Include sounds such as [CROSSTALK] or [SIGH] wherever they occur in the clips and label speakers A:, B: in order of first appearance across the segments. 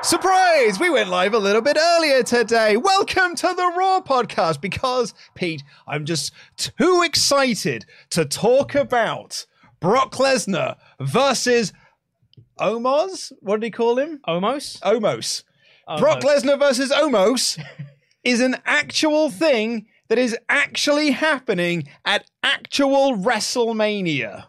A: Surprise! We went live a little bit earlier today. Welcome to the Raw podcast because, Pete, I'm just too excited to talk about Brock Lesnar versus Omos. What did he call him?
B: Almost.
A: Omos. Brock Lesnar versus Omos is an actual thing that is actually happening at actual WrestleMania.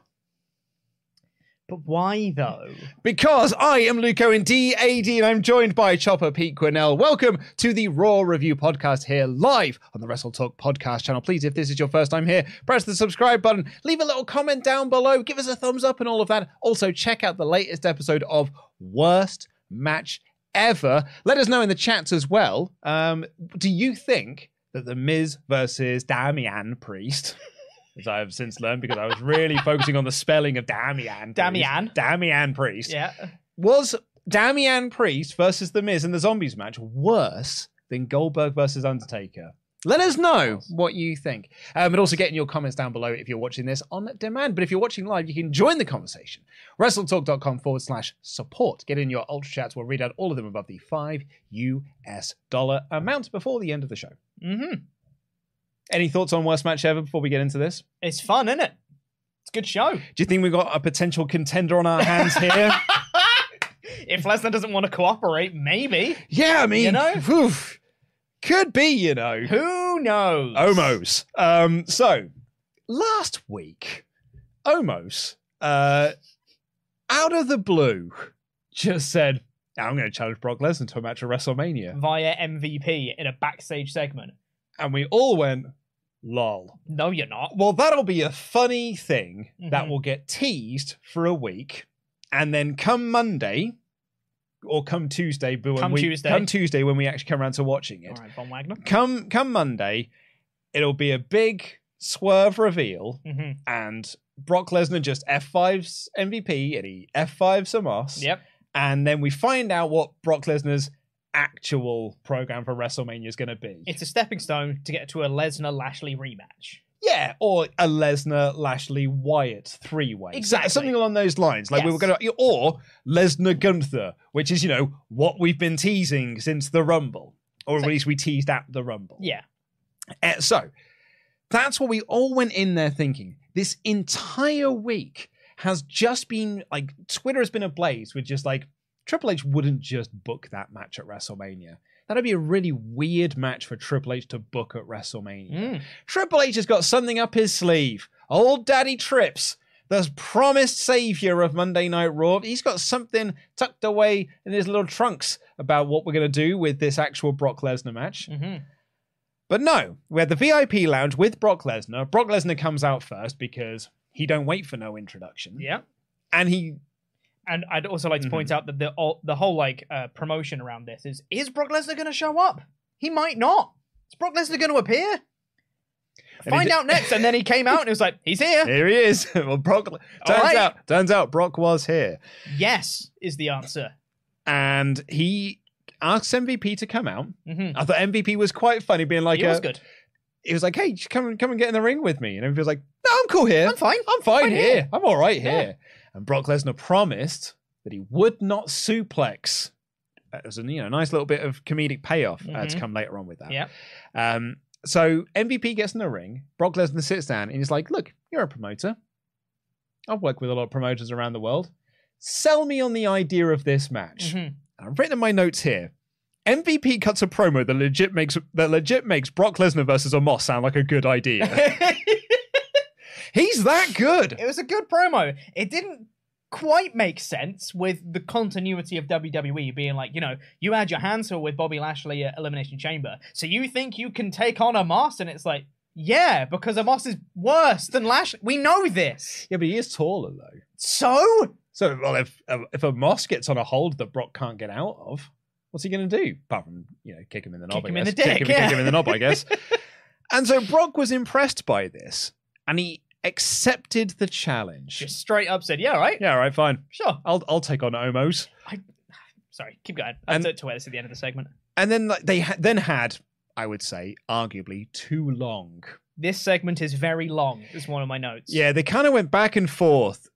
B: But why though?
A: Because I am Luke Owen, DAD, and I'm joined by Chopper Pete Quinnell. Welcome to the Raw Review Podcast here live on the Wrestle Talk Podcast channel. Please, if this is your first time here, press the subscribe button, leave a little comment down below, give us a thumbs up, and all of that. Also, check out the latest episode of Worst Match Ever. Let us know in the chats as well. Um, do you think that The Miz versus Damian Priest? [LAUGHS] As I have since learned, because I was really focusing on the spelling of Damian. Priest.
B: Damian.
A: Damian Priest.
B: Yeah.
A: Was Damian Priest versus The Miz in the Zombies match worse than Goldberg versus Undertaker? Let us know what you think. Um, and also get in your comments down below if you're watching this on demand. But if you're watching live, you can join the conversation. WrestleTalk.com forward slash support. Get in your ultra chats. We'll read out all of them above the five US dollar amount before the end of the show.
B: hmm
A: Any thoughts on worst match ever before we get into this?
B: It's fun, isn't it? It's a good [LAUGHS] show.
A: Do you think we've got a potential contender on our hands here?
B: If Lesnar doesn't want to cooperate, maybe.
A: yeah, I mean,
B: You know?
A: oof. could be, you know.
B: Who knows?
A: Omos. Um, so last week, Omos, uh, out of the blue, just said, "I'm going to challenge Brock Lesnar to a match at WrestleMania,"
B: Via MVP in a backstage segment.
A: and we all went, "Lol."
B: No, you're not.
A: Well, that'll be a funny thing that
B: Mhm.
A: will get teased for a week, and then come Monday. Or come Tuesday, but when
B: Come
A: we,
B: Tuesday.
A: come Tuesday when we actually come around to watching it.
B: All right, Von Wagner.
A: Come come Monday, it'll be a big swerve reveal,
B: [LAUGHS] hmm
A: and Brock Lesnar just F5s MVP and he F5s Amos.
B: Yep.
A: And then we find out what Brock Lesnar's actual program for WrestleMania is going to be.
B: It's a stepping stone to get to a Lesnar Lashley rematch.
A: yeah, or a Lesnar Lashley Wyatt three way.
B: Exactly.
A: Something along those lines. Like we were
B: Yes.
A: going to, or Lesnar Gunther, which is, you know, what we've been teasing since the Rumble, or at least we teased at the Rumble.
B: Yeah.
A: Uh, so that's what we all went in there thinking. This entire week has just been like Twitter has been ablaze with just like Triple H wouldn't just book that match at WrestleMania. That'd be a really weird match for Triple H to book at WrestleMania.
B: Mm.
A: Triple H has got something up his sleeve. Old Daddy Trips, the promised savior of Monday Night Raw, he's got something tucked away in his little trunks about what we're going to do with this actual Brock Lesnar match.
B: hmm
A: But no, we had the VIP lounge with Brock Lesnar. Brock Lesnar comes out first because he don't wait for no introduction.
B: Yeah.
A: And he
B: And I'd also like to point out that the all, the whole like uh, promotion around this is is Brock Lesnar going to show up? He might not. Is Brock Lesnar going to appear?
A: he
B: Find
A: di-
B: out next. And then he came out and it was like, he's here.
A: here he is. [LAUGHS] well, Brock turns
B: right.
A: out turns out Brock was here,
B: Yes is the answer.
A: and he asks MVP to come out.
B: Mhm.
A: I thought MVP was quite funny, being like,
B: He was
A: uh,
B: good.
A: he was like, "Hey, just come and come and get in the ring with me," and everybody was like, "No, I'm cool here.
B: I'm fine.
A: I'm fine,
B: Fine
A: here.
B: here.
A: I'm all right
B: Yeah.
A: here." And Brock Lesnar promised that he would not suplex as a you know nice little bit of comedic payoff uh, to come later on with that.
B: Mm-hmm. Yeah. [LAUGHS]
A: Um, so MVP gets in the ring. Brock Lesnar sits down and he's like, "Look, you're a promoter. I've worked with a lot of promoters around the world. Sell me on the idea of this match." I've written in my notes here. MVP cuts a promo that legit makes that legit makes Brock Lesnar versus Amos sound like a good [LAUGHS] idea. he's that good.
B: It was a good promo. It didn't quite make sense with the continuity of WWE being like, you know, you had your hands full with Bobby Lashley at Elimination Chamber, so you think you can take on Amos? And it's like, yeah, because Amos is worse than Lashley. We know this.
A: Yeah, but he is taller though.
B: So
A: So, well, if uh, if a Moss gets on a hold that Brock can't get out of, what's he going to do? Apart from you know, kick him in the knob.
B: Kick
A: I
B: him in
A: guess.
B: the
A: Kick
B: dick,
A: him,
B: yeah.
A: kick him in the knob. I
B: [LAUGHS]
A: guess. and so Brock was impressed by this, and he accepted the challenge.
B: just straight up said, yeah, all right,
A: yeah, all right, fine.
B: sure.
A: I'll I'll take on Omos.
B: I, sorry, keep going. I
A: And-
B: don't to where this is at the end of the segment.
A: And then like, they ha- then had, I would say, arguably too long.
B: This segment is very long. Is one of my notes.
A: Yeah, they kind of went back and forth,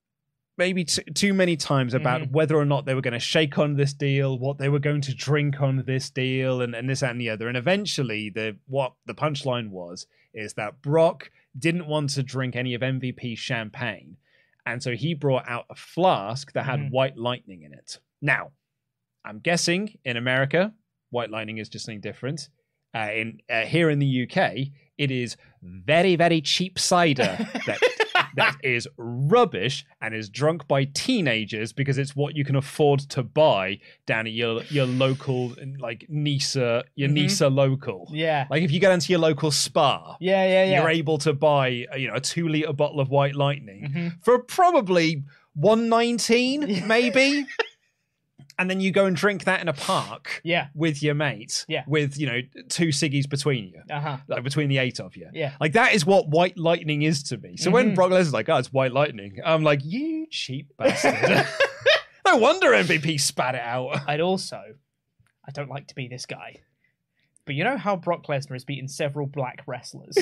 A: maybe t- too many times about whether or not they were going to shake on this deal, what they were going to drink on this deal, and, and this that, and the other. And eventually, the what the punchline was is that Brock didn't want to drink any of MVP champagne, and so he brought out a flask that had white lightning in it. Now, I'm guessing in America, white lightning is just something different. Uh, in uh, here in the UK, it is very very cheap cider that that is rubbish and is drunk by teenagers because it's what you can afford to buy down at your your local like Nisa your Nisa local.
B: Yeah.
A: Like if you go down to your local spa,
B: yeah, yeah, yeah.
A: you're able to buy uh, you know a two liter bottle of White Lightning
B: Mm-hmm.
A: for probably one nineteen
B: [LAUGHS]
A: maybe, and then you go and drink that in a park
B: Yeah.
A: with your mate
B: Yeah.
A: with you know two ciggies between you
B: Uh-huh.
A: like between the eight of you
B: Yeah. Mm-hmm.
A: like that is what White Lightning is to me. So when Brock Lesnar's like oh it's White Lightning, I'm like you cheap
B: [LAUGHS]
A: bastard. [LAUGHS] no wonder MVP spat it out.
B: I'd also, I don't like to be this guy, but you know how Brock Lesnar has beaten several black
A: [LAUGHS]
B: wrestlers,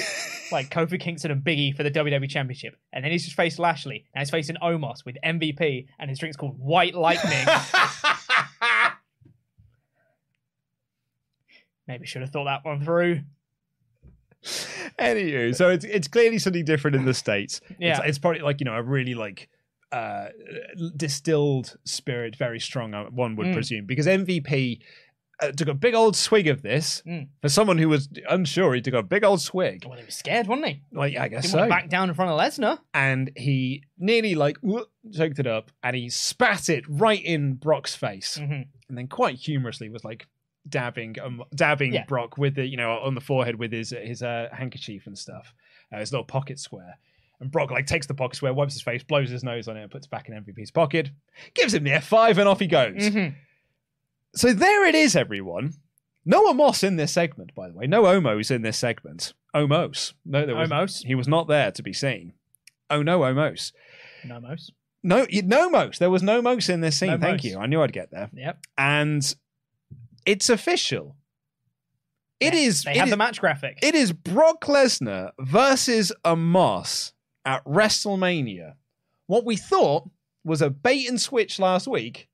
B: like Kofi Kingston and Big E for the WWE Championship, and then he's just faced Lashley, and he's facing Omos with MVP, and his drink's called White
A: [LAUGHS]
B: Lightning. Maybe should have thought that one through.
A: Anywho, so it's it's clearly something different in the states.
B: Yeah.
A: it's, it's probably like you know a really like uh distilled spirit, very strong. uh, One
B: Mm.
A: would presume because MVP uh, took a big old swig of this
B: Mm.
A: for someone who was unsure. He took a big old swig.
B: Well, he was scared, wasn't he?
A: Like yeah, I guess
B: Didn't
A: so.
B: want to back down in front of Lesnar.
A: And he nearly like choked it up, and he spat it right in Brock's face, and then quite humorously was like dabbing um, dabbing
B: Yeah.
A: Brock with the you know on the forehead with his his uh, handkerchief and stuff, uh, his little pocket square. And Brock like takes the pocket square, wipes his face, blows his nose on it, and puts it back in MVP's pocket, gives him the F5, and off he goes.
B: Mm-hmm.
A: So there it is, everyone. No Amos in this segment, by the way. No Omos in this segment. Omos. No, there was
B: Omos.
A: He was not there to be seen. Oh no, Omos.
B: No, most.
A: No, y- no Mos. There was no Mos in this scene.
B: No
A: Thank
B: Mos.
A: you. I knew I'd get there.
B: Yep.
A: And it's official. It is.
B: They
A: it
B: had
A: is-
B: the match graphic.
A: it is Brock Lesnar versus Amos at WrestleMania. What we thought was a bait and switch last week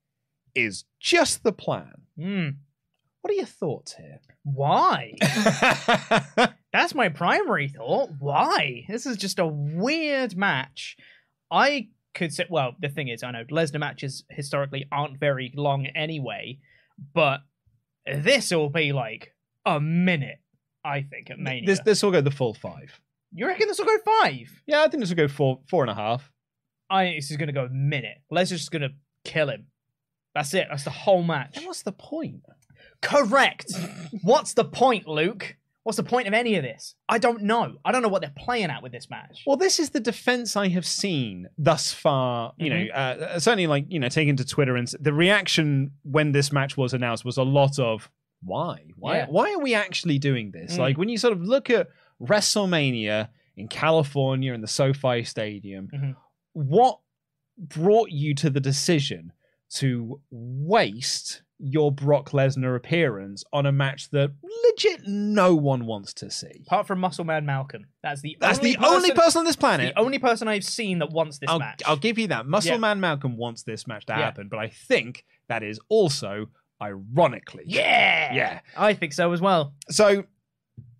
A: is just the plan.
B: Hmm.
A: What are your thoughts here?
B: Why? That's my primary thought. Why? This is just a weird match. I could say, well, the thing is, I know Lesnar matches historically aren't very long anyway, but this will be like a minute, I think, at Mania.
A: this this will go the full five.
B: You reckon this will go five?
A: Yeah, I think this will go four four and a half.
B: I think this is going to go a minute. Lesnar's just going to kill him. That's it. That's the whole match.
A: Then what's the point? [LAUGHS]
B: Correct. What's the point, Luke? What's the point of any of this? I don't know. I don't know what they're playing at with this match.
A: Well, this is the defense I have seen thus far. You know,
B: Mm-hmm.
A: uh, certainly like you know, taking to Twitter and s- the reaction when this match was announced was a lot of why, why,
B: Yeah. Mm.
A: why are we actually doing this? Like when you sort of look at WrestleMania in California and the SoFi Stadium,
B: Mm-hmm.
A: what brought you to the decision to waste your Brock Lesnar appearance on a match that legit no one wants to see?
B: Apart from Muscle Man Malcolm, that's the
A: That's
B: only
A: the only person on this planet.
B: the only person I've seen that wants this
A: I'll,
B: match.
A: I'll give you that. Muscle
B: Yeah.
A: Man Malcolm wants this match to
B: Yeah.
A: happen, but I think that is also ironically.
B: Yeah.
A: Yeah.
B: I think so as well.
A: So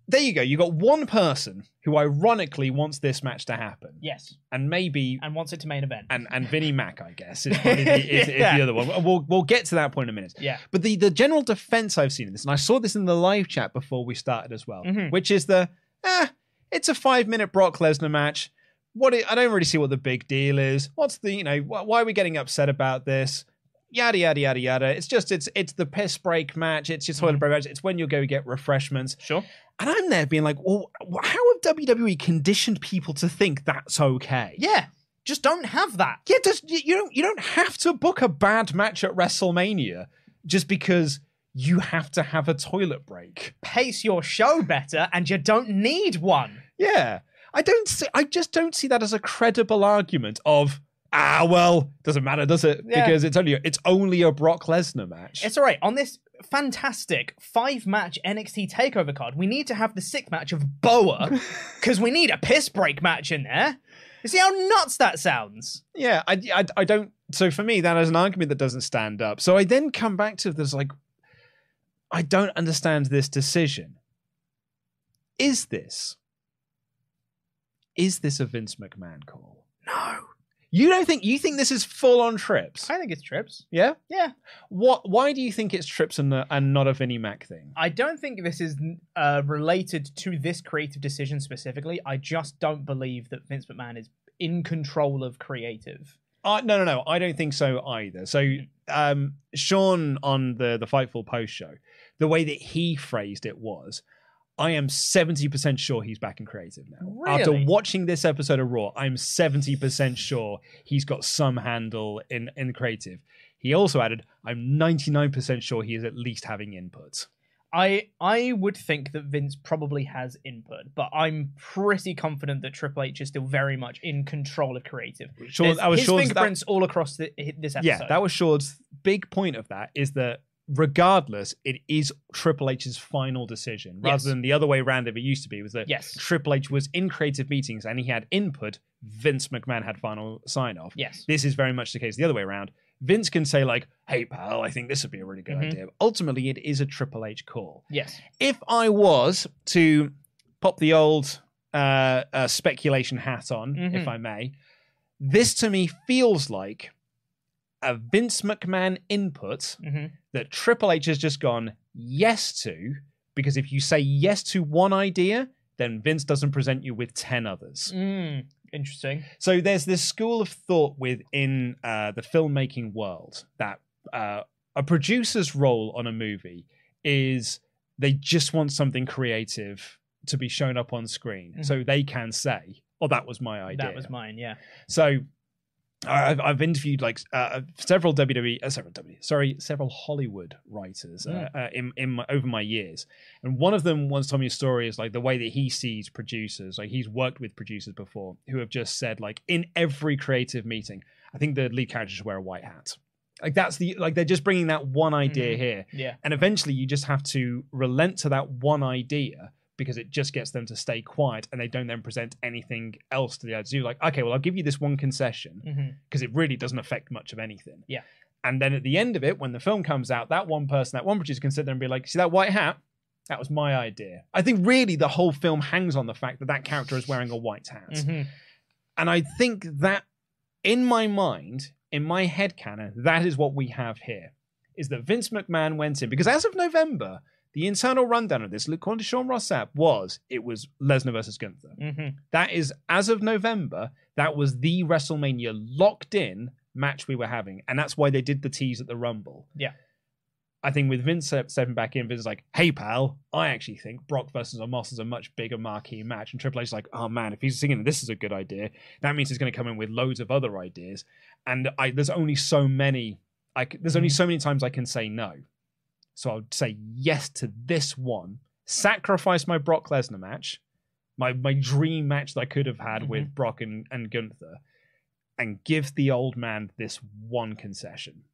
A: there you go. You got one person who ironically wants this match to happen.
B: Yes.
A: And maybe
B: And wants it to main event.
A: and
B: [LAUGHS]
A: and Vinnie Mac, I guess, is, probably the, is, is
B: Yeah.
A: the other one. We'll we'll get to that point in a minute.
B: Yeah.
A: But the the general defense I've seen in this, and I saw this in the live chat before we started as well,
B: Mm-hmm.
A: which is the eh, it's a five minute Brock Lesnar match. What it, I don't really see what the big deal is. What's the you know wh- why are we getting upset about this? Yada yada yada yada. It's just it's it's the piss break match. It's your toilet
B: Mm-hmm.
A: break match. It's when you go get refreshments.
B: Sure.
A: And I'm there being like, well, wh- how have WWE conditioned people to think that's okay?
B: Yeah. Just don't have that.
A: Yeah, does you you don't you don't have to book a bad match at WrestleMania just because you have to have a toilet break.
B: Pace your show better and you don't need one.
A: Yeah. I don't see I just don't see that as a credible argument of ah well, doesn't matter, does it?
B: Yeah.
A: Because it's only it's only a Brock Lesnar match.
B: It's all right. On this fantastic five match NXT takeover card, we need to have the sixth match of Boa
A: [LAUGHS]
B: because we need a piss break match in there. You see how nuts that sounds?
A: yeah, I, I I don't so for me that is an argument that doesn't stand up. So I then come back to this like I don't understand this decision. Is this is this a Vince McMahon call?
B: No.
A: You don't think you think this is full on trips?
B: I think it's trips.
A: Yeah.
B: Yeah.
A: What? Why do you think it's trips and the, and not a Vinnie Mac thing?
B: I don't think this is uh, related to this creative decision specifically. I just don't believe that Vince McMahon is in control of creative.
A: Uh, no, no, no. I don't think so either. So, um, Sean on the the Fightful post show, the way that he phrased it was, "I am seventy percent sure he's back in creative now." After
B: Really?
A: watching this episode of Raw, I'm seventy percent sure he's got some handle in in creative. He also added, "I'm ninety nine percent sure he is at least having input."
B: I I would think that Vince probably has input, but I'm pretty confident that Triple H is still very much in control of creative.
A: Sure,
B: There's
A: that was
B: his
A: Sean's- that-
B: fingerprints all across the, hi- this episode.
A: Yeah, that was Shaw's big point of that is that regardless, it is Triple H's final decision rather
B: Yes.
A: than the other way around it used to be was that
B: Yes.
A: Triple H was in creative meetings and he had input. Vince McMahon had final sign off.
B: Yes.
A: This is very much the case the other way around. Vince can say like, "Hey pal, I think this would be a really good idea." Ultimately, it is a Triple H call
B: yes.
A: if I was to pop the old uh, uh, speculation hat on, if I may, this to me feels like a Vince McMahon input
B: Mm-hmm.
A: that Triple H has just gone yes to. Because if you say yes to one idea, then Vince doesn't present you with 10 others.
B: Mm, interesting.
A: So there's this school of thought within uh, the filmmaking world that uh, a producer's role on a movie is they just want something creative to be shown up on screen, so they can say, "Oh, that was my idea."
B: Mm-hmm. That was mine. Yeah.
A: So. I- I've, I've interviewed like uh, several WWE, uh, several WWE, sorry, several Hollywood writers uh, uh, in in my, over my years, and one of them once told me a story is like the way that he sees producers. Like he's worked with producers before who have just said like in every creative meeting, I think the lead character should wear a white hat. Like that's the like they're just bringing that one idea here,
B: Yeah.
A: and eventually you just have to relent to that one idea because it just gets them to stay quiet and they don't then present anything else to the audience. You're like, okay, well I'll give you this one concession
B: Mm-hmm,
A: because it really doesn't affect much of anything.
B: Mm. Yeah.
A: And then at the end of it, when the film comes out, that one person, that one producer can sit there and be like, see that white hat? That was my idea. I think really the whole film hangs on the fact that that character is wearing a white hat.
B: Mm-hmm.
A: And I think that in my mind, in my head canon, that is what we have here is that Vince McMahon went in because as of November, the internal rundown of this, according to Sean Rossap, was it was Lesnar versus Gunther.
B: mm-hmm,
A: That is as of November, that was the WrestleMania locked in match we were having, and that's why they did the tease at the Rumble.
B: Yeah.
A: I think with Vince step- stepping back in, Vince is like, "Hey pal, I actually think Brock versus Amos is a much bigger marquee match." And Triple H is like, "Oh man, if he's thinking this is a good idea, that means he's going to come in with loads of other ideas." And I, there's only so many. I c there's only so many times I can say no. So I'll say yes to this one. Sacrifice my Brock Lesnar match, my my dream match that I could have had with Brock and, and Gunther, and give the old man this one concession.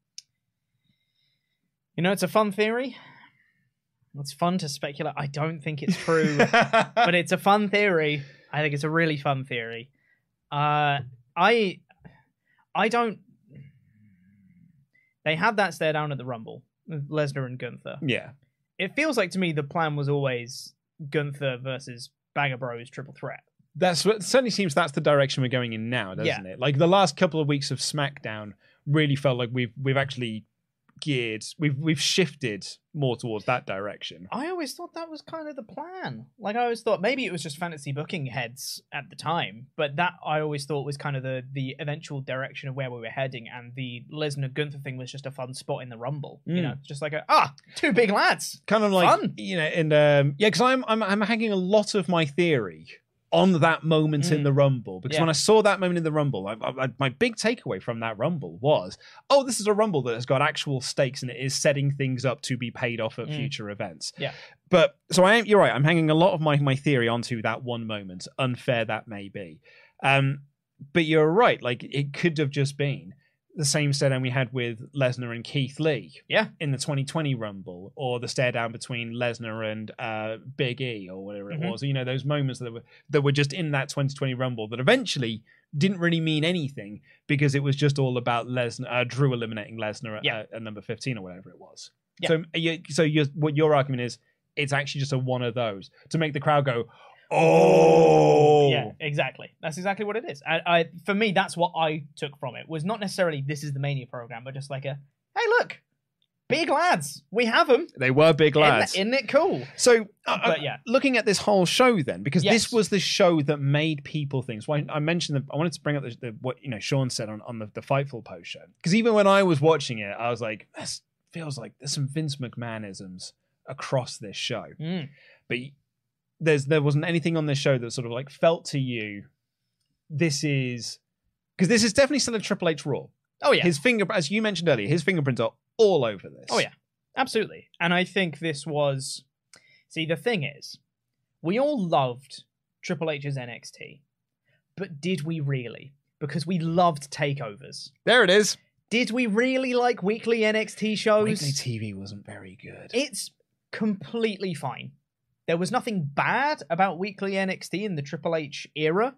B: You know, it's a fun theory. It's fun to speculate. I don't think it's true, but it's a fun theory. I think it's a really fun theory. Uh, I, I don't. They had that stare down at the Rumble, Lesnar and Gunther.
A: Yeah.
B: It feels like to me the plan was always Gunther versus Banger Bros triple threat.
A: That's what certainly seems that's the direction we're going in now, doesn't
B: Yeah.
A: it? Like the last couple of weeks of SmackDown really felt like we've we've actually geared we've we've shifted more towards that direction.
B: I always thought that was kind of the plan. Like I always thought maybe it was just fantasy booking heads at the time, but that I always thought was kind of the the eventual direction of where we were heading, and the Lesnar Gunther thing was just a fun spot in the Rumble. You
A: Mm.
B: know, just like a, ah, two big lads.
A: Kind of like
B: Fun.
A: you know, and um yeah, because I'm, I'm I'm hanging a lot of my theory on that
B: Mm.
A: moment in the Rumble because
B: Yeah.
A: when I saw that moment in the Rumble, I, I, I- my big takeaway from that Rumble was, oh, this is a Rumble that has got actual stakes and it is setting things up to be paid off at
B: Mm.
A: future events.
B: Yeah.
A: But so I am. You're right. I'm hanging a lot of my my theory onto that one moment, unfair that may be. Um, but you're right. Like it could have just been the same stare down we had with Lesnar and Keith Lee.
B: Yeah.
A: In the 2020 Rumble, or the stare down between Lesnar and uh, Big E, or whatever it
B: Mhm.
A: was. You know those moments that were that were just in that 2020 Rumble that eventually didn't really mean anything because it was just all about Lesnar, uh, Drew eliminating Lesnar at, uh,
B: Yeah.
A: at, at number 15 or whatever it was.
B: Yeah.
A: So, you, so you what your argument is, it's actually just a one of those to make the crowd go, oh,
B: Yeah, exactly. That's exactly what it is. I, I for me, that's what I took from it was not necessarily this is the mania program, but just like a hey, look, big lads, we have them.
A: they were big lads.
B: Isn't, it cool?
A: So, uh,
B: But,
A: uh,
B: yeah.
A: looking at this whole show then, because
B: Yes.
A: this was the show that made people think. So I, I mentioned that I wanted to bring up the, the, what you know Sean said on, on the, the Fightful post show because even when I was watching it, I was like, this feels like there's some Vince McMahonisms across this show,
B: Mm.
A: but y- there's there wasn't anything on this show that sort of like felt to you this is because this is definitely still a Triple H Raw.
B: Oh yeah,
A: His finger, as you mentioned earlier, his fingerprints are all over this.
B: Oh yeah, absolutely. And I think this was. See, the thing is, we all loved Triple H's NXT, but did we really? Because we loved takeovers.
A: there it is.
B: Did we really like weekly NXT shows?
A: Weekly TV wasn't very good.
B: It's completely fine. There was nothing bad about weekly NXT in the Triple H era.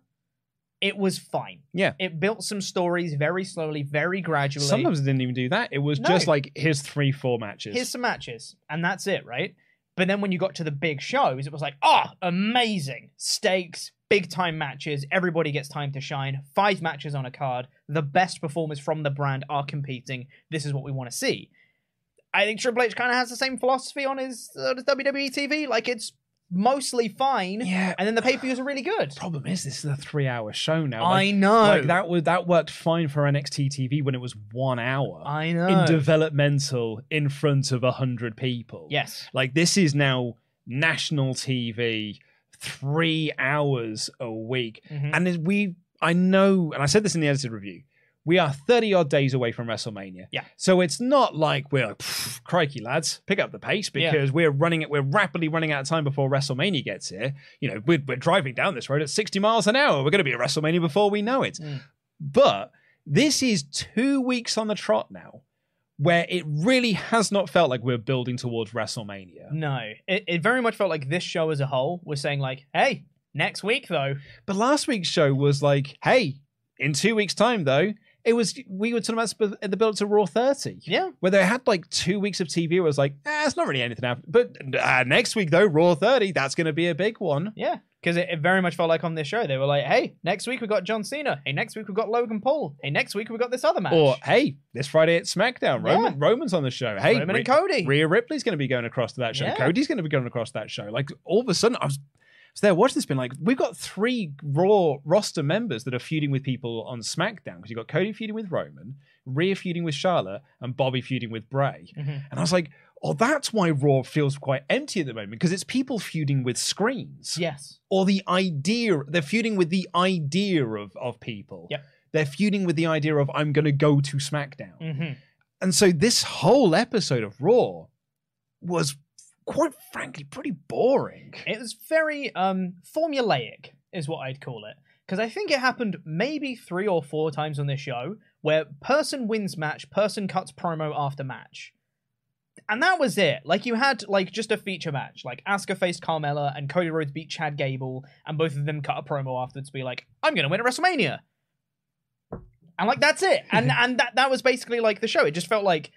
B: It was fine.
A: yeah.
B: It built some stories very slowly, very gradually.
A: Sometimes it didn't even do that. It was
B: No.
A: just like here's three, four matches.
B: here's some matches, and that's it, right? But then when you got to the big shows, it was like, ah, amazing stakes, big time matches, everybody gets time to shine, five matches on a card, the best performers from the brand are competing. This is what we want to see. I think Triple H kind of has the same philosophy on his uh, WWE TV. Like it's mostly fine,
A: Yeah.
B: and then the pay per views are really good.
A: Problem is, this is a three-hour show now.
B: I know.
A: Like that was that worked fine for NXT TV when it was one hour.
B: I know.
A: In developmental, in front of a hundred people.
B: yes.
A: Like this is now national TV, three hours a week,
B: Mhm.
A: and as we, I know, and I said this in the edited review. We are 30 odd days away from WrestleMania.
B: Yeah.
A: So it's not like we're like, "Pff, crikey, lads, pick up the pace
B: Yeah.
A: because we're running it. We're rapidly running out of time before WrestleMania gets here. You know, we're, we're driving down this road at 60 miles an hour. We're going to be at WrestleMania before we know it.
B: Mm.
A: But this is two weeks on the trot now where it really has not felt like we're building towards WrestleMania.
B: No. It, it very much felt like this show as a whole was saying like, hey, next week though,
A: But last week's show was like, hey, in two weeks' time, though, it was we were talking about sp- at the build up to Raw 30.
B: Yeah.
A: Where they had like two weeks of TV where it was like, ah, it's not really anything happening. But uh, next week, though, Raw 30, that's going to be a big one.
B: Yeah, because it, it very much felt like on this show they were like, "Hey, next week we got John Cena. Hey, next week we got Logan Paul. Hey, next week we got this other match."
A: Or, hey, this Friday at SmackDown, Roman,
B: Yeah.
A: Roman's on the show. Hey,
B: Roman and Cody.
A: Rhea Ripley's going to be going across to that show.
B: Yeah.
A: Cody's going to be going across that show. Like, all of a sudden, I was. So there, watching this, been like, we've got three Raw roster members that are feuding with people on SmackDown because you've got Cody feuding with Roman, Rhea feuding with Charlotte, and Bobby feuding with Bray.
B: Mm-hmm.
A: And I was like, oh, that's why Raw feels quite empty at the moment because it's people feuding with screens
B: yes,
A: or the idea they're feuding with the idea of of people
B: Yep.
A: they're feuding with the idea of i'm going to go to smackdown
B: Mm. Mm-hmm.
A: and so this whole episode of raw was quite frankly pretty boring
B: it was very um formulaic, is what I'd call it. Because I think it happened maybe three or four times on this show where person wins match, person cuts promo after match. And that was it. Like you had like just a feature match, like Asuka faced Carmella and Cody Rhodes beat Chad Gable, and both of them cut a promo afterwards to be like, "I'm gonna win at WrestleMania,"
A: Mm-hmm.
B: and like that's it. And and that that was basically like the show. It just felt like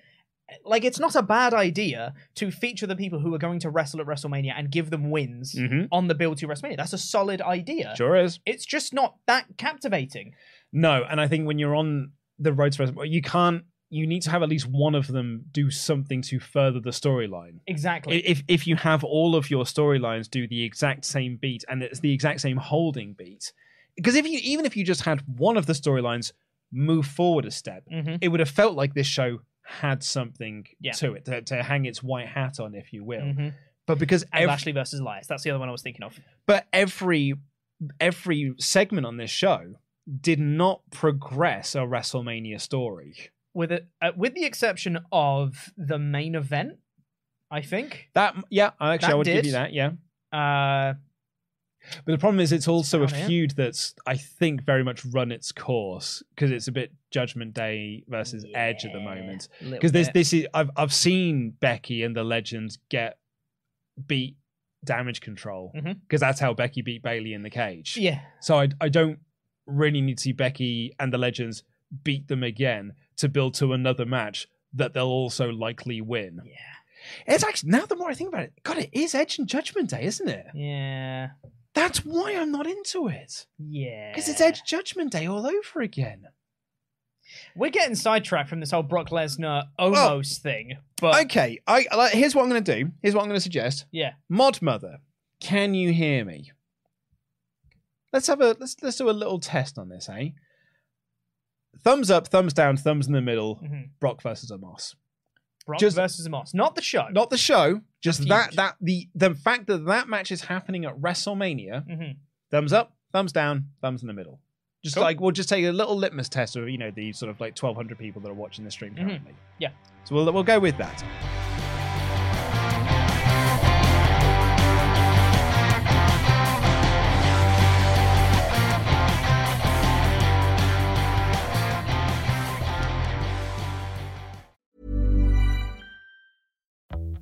B: like it's not a bad idea to feature the people who are going to wrestle at WrestleMania and give them wins on the build to WrestleMania. That's a solid idea.
A: Mm-hmm. Sure is.
B: It's just not that captivating.
A: No, and I think when you're on the road to WrestleMania, you can't. You need to have at least one of them do something to further the storyline.
B: Exactly.
A: I- If if you have all of your storylines do the exact same beat and it's the exact same holding beat, because if you even if you just had one of the storylines move forward a step,
B: Mm-hmm.
A: it would have felt like this show had something
B: Yeah.
A: to it to, to hang its white hat on, if you will.
B: Mhm.
A: But because
B: And
A: every,
B: Lashley versus Elias. That's the other one I was thinking of.
A: but every every segment on this show did not progress a WrestleMania story.
B: With it, uh, with the exception of the main event, I think.
A: That yeah, I actually
B: That
A: I would give
B: did.
A: you that, yeah.
B: Uh,
A: But the problem is it's also a
B: Count it.
A: feud that's I think very much run its course because it's a bit Judgment Day versus Edge at the moment.
B: little
A: Because this
B: bit.
A: this is I've I've seen Becky and the Legends get beat damage control because
B: Mhm.
A: that's how Becky beat Bailey in the cage.
B: yeah,
A: So I, I don't really need to see Becky and the Legends beat them again to build to another match that they'll also likely win. Yeah. It's actually now the more I think about it, God, it is Edge and Judgment Day, isn't it?
B: yeah,
A: That's why I'm not into it.
B: yeah.
A: Because it's Edge Judgment Day all over again.
B: We're getting sidetracked from this whole Brock Lesnar almost thing, but
A: Okay, I like, here's what I'm gonna do. Here's what I'm gonna suggest.
B: yeah,
A: Mod Mother, can you hear me? Let's have a let's let's do a little test on this, eh? Thumbs up, thumbs down, thumbs in the middle. Brock versus Amos.
B: mm-hmm. Brock
A: Just-
B: versus Moss, not the show.
A: Not the show, just
B: Huge.
A: that that the the fact that that match is happening at WrestleMania.
B: Mhm.
A: Thumbs up, thumbs down, thumbs in the middle. Just
B: Cool.
A: like we'll just take a little litmus test of you know the sort of like 1,200 people that are watching the stream currently.
B: Mm-hmm. Yeah.
A: So we'll we'll go with that.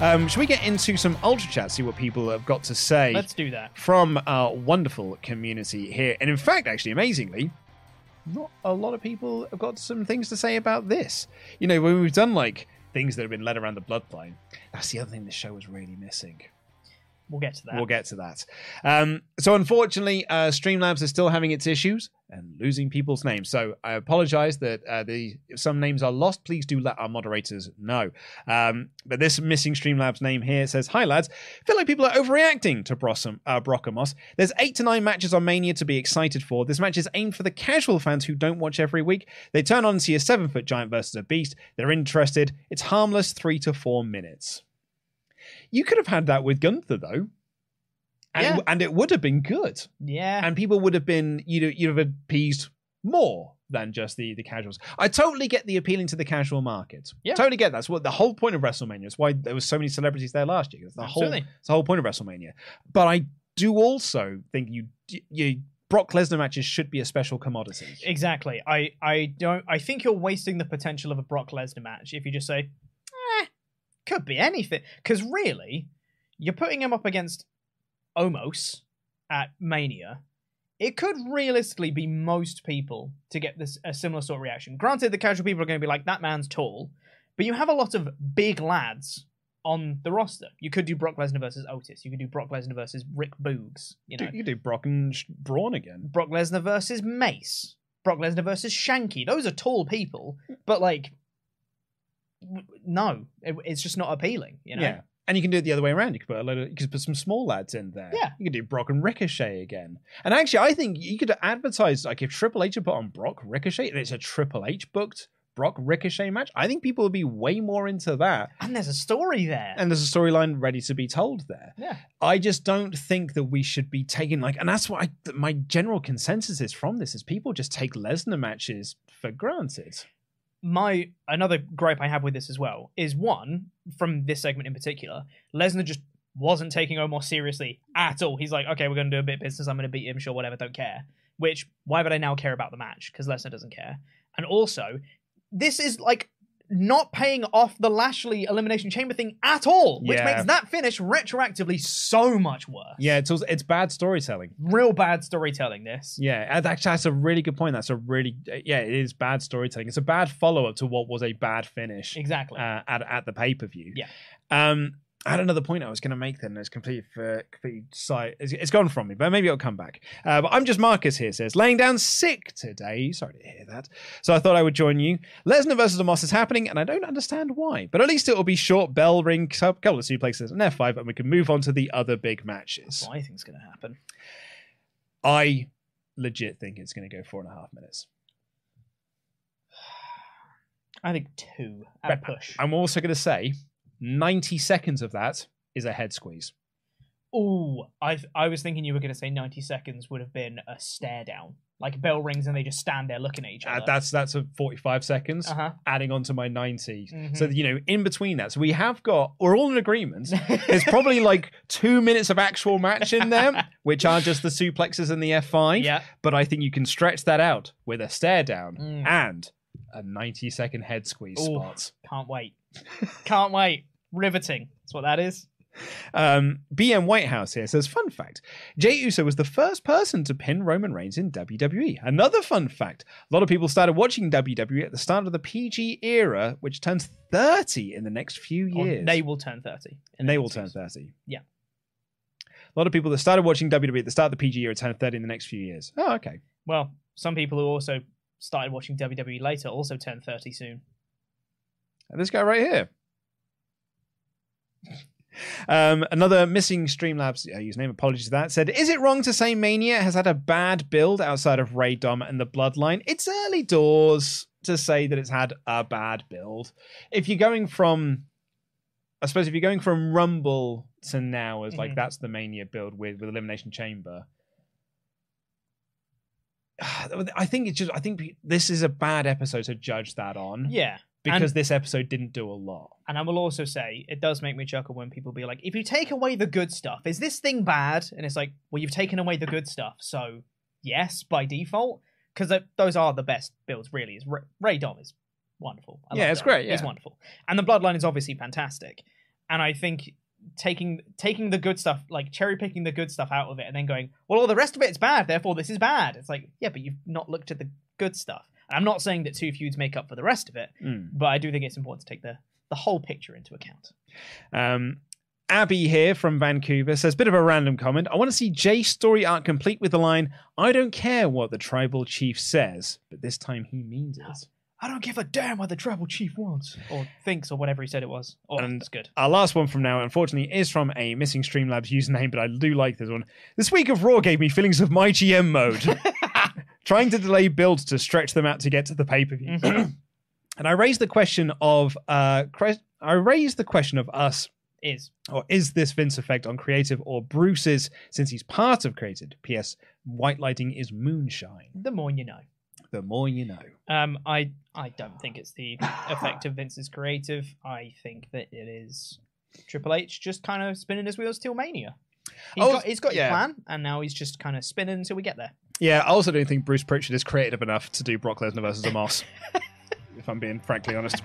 A: Um, should we get into some ultra chat? See what people have got to say.
B: let's do that.
A: from our wonderful community here. And in fact, actually, amazingly, not a lot of people have got some things to say about this. You know, when we've done like things that have been led around the bloodline, that's the other thing this show was really missing.
B: We'll get to that.
A: We'll get to that. Um, so, unfortunately, uh, Streamlabs is still having its issues and losing people's names. So, I apologize that uh, the if some names are lost. Please do let our moderators know. Um, but this missing Streamlabs name here says, "Hi lads, feel like people are overreacting to Brossom, uh, Brockhamos. There's eight to nine matches on Mania to be excited for. This match is aimed for the casual fans who don't watch every week. They turn on and see a seven foot giant versus a beast. They're interested. It's harmless, three to four minutes." You could have had that with Gunther though. And,
B: Yeah.
A: and it would have been good.
B: Yeah.
A: And people would have been, you know, you'd have appeased more than just the, the casuals. I totally get the appealing to the casual market.
B: Yeah.
A: Totally get that. that's what the whole point of WrestleMania. It's why there was so many celebrities there last year. It's the whole
B: Absolutely.
A: it's the whole point of WrestleMania. But I do also think you you Brock Lesnar matches should be a special commodity.
B: Exactly. I, I don't. I think you're wasting the potential of a Brock Lesnar match if you just say, eh, could be anything. Because really, you're putting him up against Omos at Mania. It could realistically be most people to get this a similar sort of reaction. Granted, the casual people are going to be like, that man's tall, but you have a lot of big lads on the roster. You could do Brock Lesnar versus Otis. You could do Brock Lesnar versus Rick Boogs. You know,
A: Do- you do Brock and Sh- Braun again.
B: Brock Lesnar versus Mace, Brock Lesnar versus Shanky. Those are tall people, but like, w- no, it- it's just not appealing. You know,
A: Yeah. And you can do it the other way around. You could put a load of, you could put some small lads in there.
B: Yeah.
A: You could do Brock and Ricochet again. And actually, I think you could advertise like if Triple H had put on Brock Ricochet and it's a Triple H booked Brock Ricochet match. I think people would be way more into that.
B: and there's a story there.
A: And there's a storyline ready to be told there.
B: yeah,
A: I just don't think that we should be taking like, and that's what I, th- my general consensus is from this is people just take Lesnar matches for granted.
B: my another gripe I have with this as well is one from this segment in particular. Lesnar just wasn't taking Omos seriously at all. He's like, okay, we're going to do a bit of business. I'm going to beat him, sure, whatever, don't care. Which why would I now care about the match? Because Lesnar doesn't care. And also, this is like not paying off the Lashley elimination chamber thing at all, which
A: Yeah.
B: makes that finish retroactively so much worse.
A: Yeah, it's also, it's bad storytelling.
B: real bad storytelling. This.
A: Yeah, and actually, that's a really good point. That's a really yeah, it is bad storytelling. It's a bad follow up to what was a bad finish
B: Exactly.
A: uh, at at the pay per view.
B: Yeah.
A: Um, I had another point I was going to make then. It's completely uh, completely si- it's, it's gone from me, but maybe it'll come back. Uh, but I'm just Marcus here. Says laying down sick today. Sorry to hear that. So I thought I would join you. Lesnar versus Amos is happening, and I don't understand why. But at least it will be short bell ring, couple of suplexes, and F5, and we can move on to the other big matches.
B: That's what I think's going to happen.
A: I legit think it's going to go four and a half minutes.
B: I think two at a push.
A: I'm also going to say 90 seconds of that is a head squeeze.
B: Oh, I I was thinking you were going to say ninety seconds would have been a stare down, like bell rings and they just stand there looking at each
A: Uh,
B: other.
A: that's that's a 45 seconds
B: Uh-huh. Mm-hmm.
A: adding on to my 90. So you know, in between that, so we have got we're all in agreement.
B: [LAUGHS]
A: There's probably like two minutes of actual match in
B: [LAUGHS]
A: there, which are just the suplexes and the F5.
B: Yeah.
A: But I think you can stretch that out with a stare down and a 90 second head squeeze
B: Mm. Ooh,
A: spot. [LAUGHS]
B: Can't wait, can't wait. Riveting. That's what that is.
A: Um, BM Whitehouse here says, fun fact, Jay Uso was the first person to pin Roman Reigns in WWE. Another fun fact, a lot of people started watching WWE at the start of the PG era, which turns 30 in the next few
B: Or
A: years.
B: they will turn thirty.
A: and they will turn 30.
B: Yeah.
A: A lot of people that started watching WWE at the start of the PG era turn 30 in the next few years. Oh, okay.
B: Well, some people who also started watching WWE later also turn thirty soon.
A: And this guy right here. Um, another missing Streamlabs uh, username, apologies for that, said, Is it wrong to say Mania has had a bad build outside of Ray Dom and the Bloodline? It's early doors to say that it's had a bad build. If you're going from, I suppose, if you're going from Rumble to now as like that's the Mania build with, with Elimination Chamber, [SIGHS] I think it's just, I think this is a bad episode to judge that on
B: Yeah,
A: because
B: and,
A: this episode didn't do a lot.
B: and I will also say it does make me chuckle when people be like, if you take away the good stuff, is this thing bad? And it's like, well, you've taken away the good stuff, so yes, by default, because those are the best builds. Really, is Ray, Ray Dom is wonderful. I
A: Yeah,
B: love
A: it's
B: Dom.
A: great,
B: he's
A: yeah.
B: wonderful, and the Bloodline is obviously fantastic. And I think taking taking the good stuff, like cherry picking the good stuff out of it, and then going, well, all the rest of it is bad, therefore this is bad. It's like, yeah, but you've not looked at the good stuff. And I'm not saying that two feuds make up for the rest of it, but I do think it's important to take the the whole picture into account.
A: Um, Abby here from Vancouver says, bit of a random comment. I want to see Jay's story arc complete with the line, I don't care what the tribal chief says, but this time he means it.
B: I don't give a damn what the tribal chief wants or thinks or whatever he said it was. Oh, that's good.
A: Our last one from now, unfortunately, is from a missing Streamlabs username, but I do like this one. This week of Raw gave me feelings of my GM
B: [LAUGHS]
A: mode. Trying to delay builds to stretch them out to get to the pay per view.
B: Mm-hmm.
A: and I raised the question of uh, Chris- I raised the question of us
B: Is
A: or is this Vince effect on creative or Bruce's since he's part of creative? P.S. White lighting is moonshine.
B: the more you know.
A: The more you know.
B: Um, I I don't think
A: [SIGHS]
B: it's the effect of Vince's creative. I think that it is Triple H just kind of spinning his wheels till Mania. He's
A: Oh,
B: got, he's got
A: yeah.
B: your plan, and now he's just kind of spinning until we get there.
A: Yeah, I also don't think Bruce Pritchard is creative enough to do Brock Lesnar versus [LAUGHS] Amos. if I'm being frankly honest.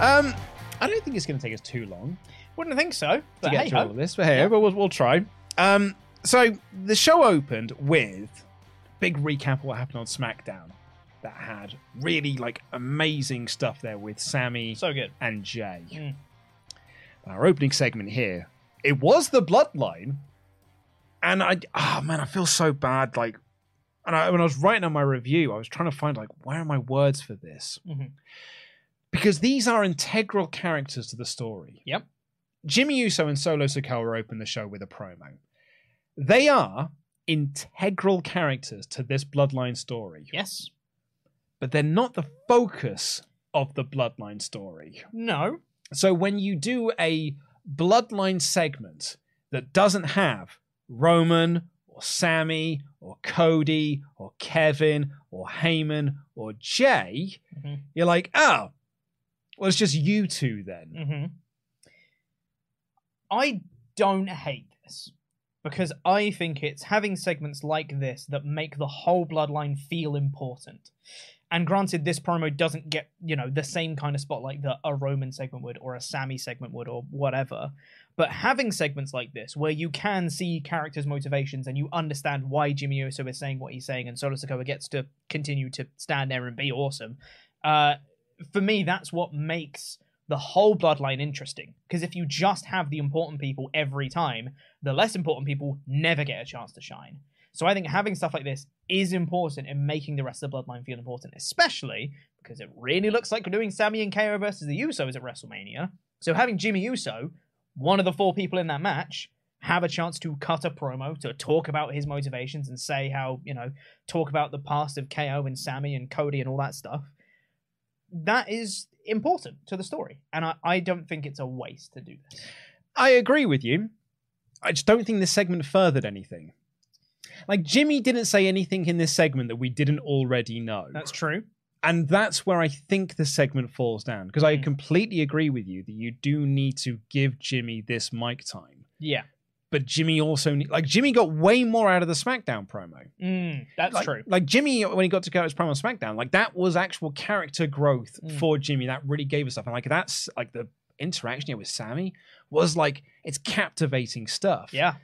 A: um, I don't think it's going to take us too long
B: Wouldn't think so.
A: to
B: But
A: get
B: hey
A: through all
B: ho.
A: this, but hey, but we'll, we'll try. Um, so the show opened with big recap of what happened on SmackDown that had really like amazing stuff there with Sammy
B: So good.
A: and Jay.
B: Mm.
A: Our opening segment here, it was the Bloodline, and I oh man, I feel so bad. Like, and I, when I was writing on my review, I was trying to find like where are my words for this
B: Mhm.
A: because these are integral characters to the story.
B: Yep.
A: Jimmy Uso and Solo Sokoa opened the show with a promo. They are integral characters to this Bloodline story,
B: Yes.
A: but they're not the focus of the Bloodline story.
B: No.
A: So when you do a bloodline segment that doesn't have Roman or Sammy or Cody or Kevin or Heyman or Jay,
B: Mhm.
A: you're like, oh, well, it's just you two then.
B: hmm I don't hate this because I think it's having segments like this that make the whole bloodline feel important. And granted, this promo doesn't get you know the same kind of spotlight that a Roman segment would, or a Sammy segment would, or whatever. But having segments like this, where you can see characters' motivations and you understand why Jimmy Uso is saying what he's saying, and Solo Sokoa gets to continue to stand there and be awesome, uh, for me, that's what makes the whole bloodline interesting. Because if you just have the important people every time, the less important people never get a chance to shine. So I think having stuff like this is important in making the rest of the bloodline feel important, especially because it really looks like we're doing Sammy and KO versus the Usos at WrestleMania. So having Jimmy Uso, one of the four people in that match, have a chance to cut a promo to talk about his motivations and say how, you know, talk about the past of KO and Sammy and Cody and all that stuff that is important to the story. And I, I don't think it's a waste to do this.
A: I agree with you. I just don't think this segment furthered anything. Like, Jimmy didn't say anything in this segment that we didn't already know.
B: true.
A: and that's where I think the segment falls down because
B: Hmm.
A: I completely agree with you that you do need to give Jimmy this mic time.
B: Yeah.
A: But Jimmy also need, like Jimmy got way more out of the SmackDown promo.
B: Mm, that's
A: like,
B: true.
A: Like Jimmy when he got to go his promo on SmackDown, like that was actual character growth
B: Mm.
A: for Jimmy. That really gave us stuff, and like that's like the interaction here with Sammy was like it's captivating stuff.
B: Yeah.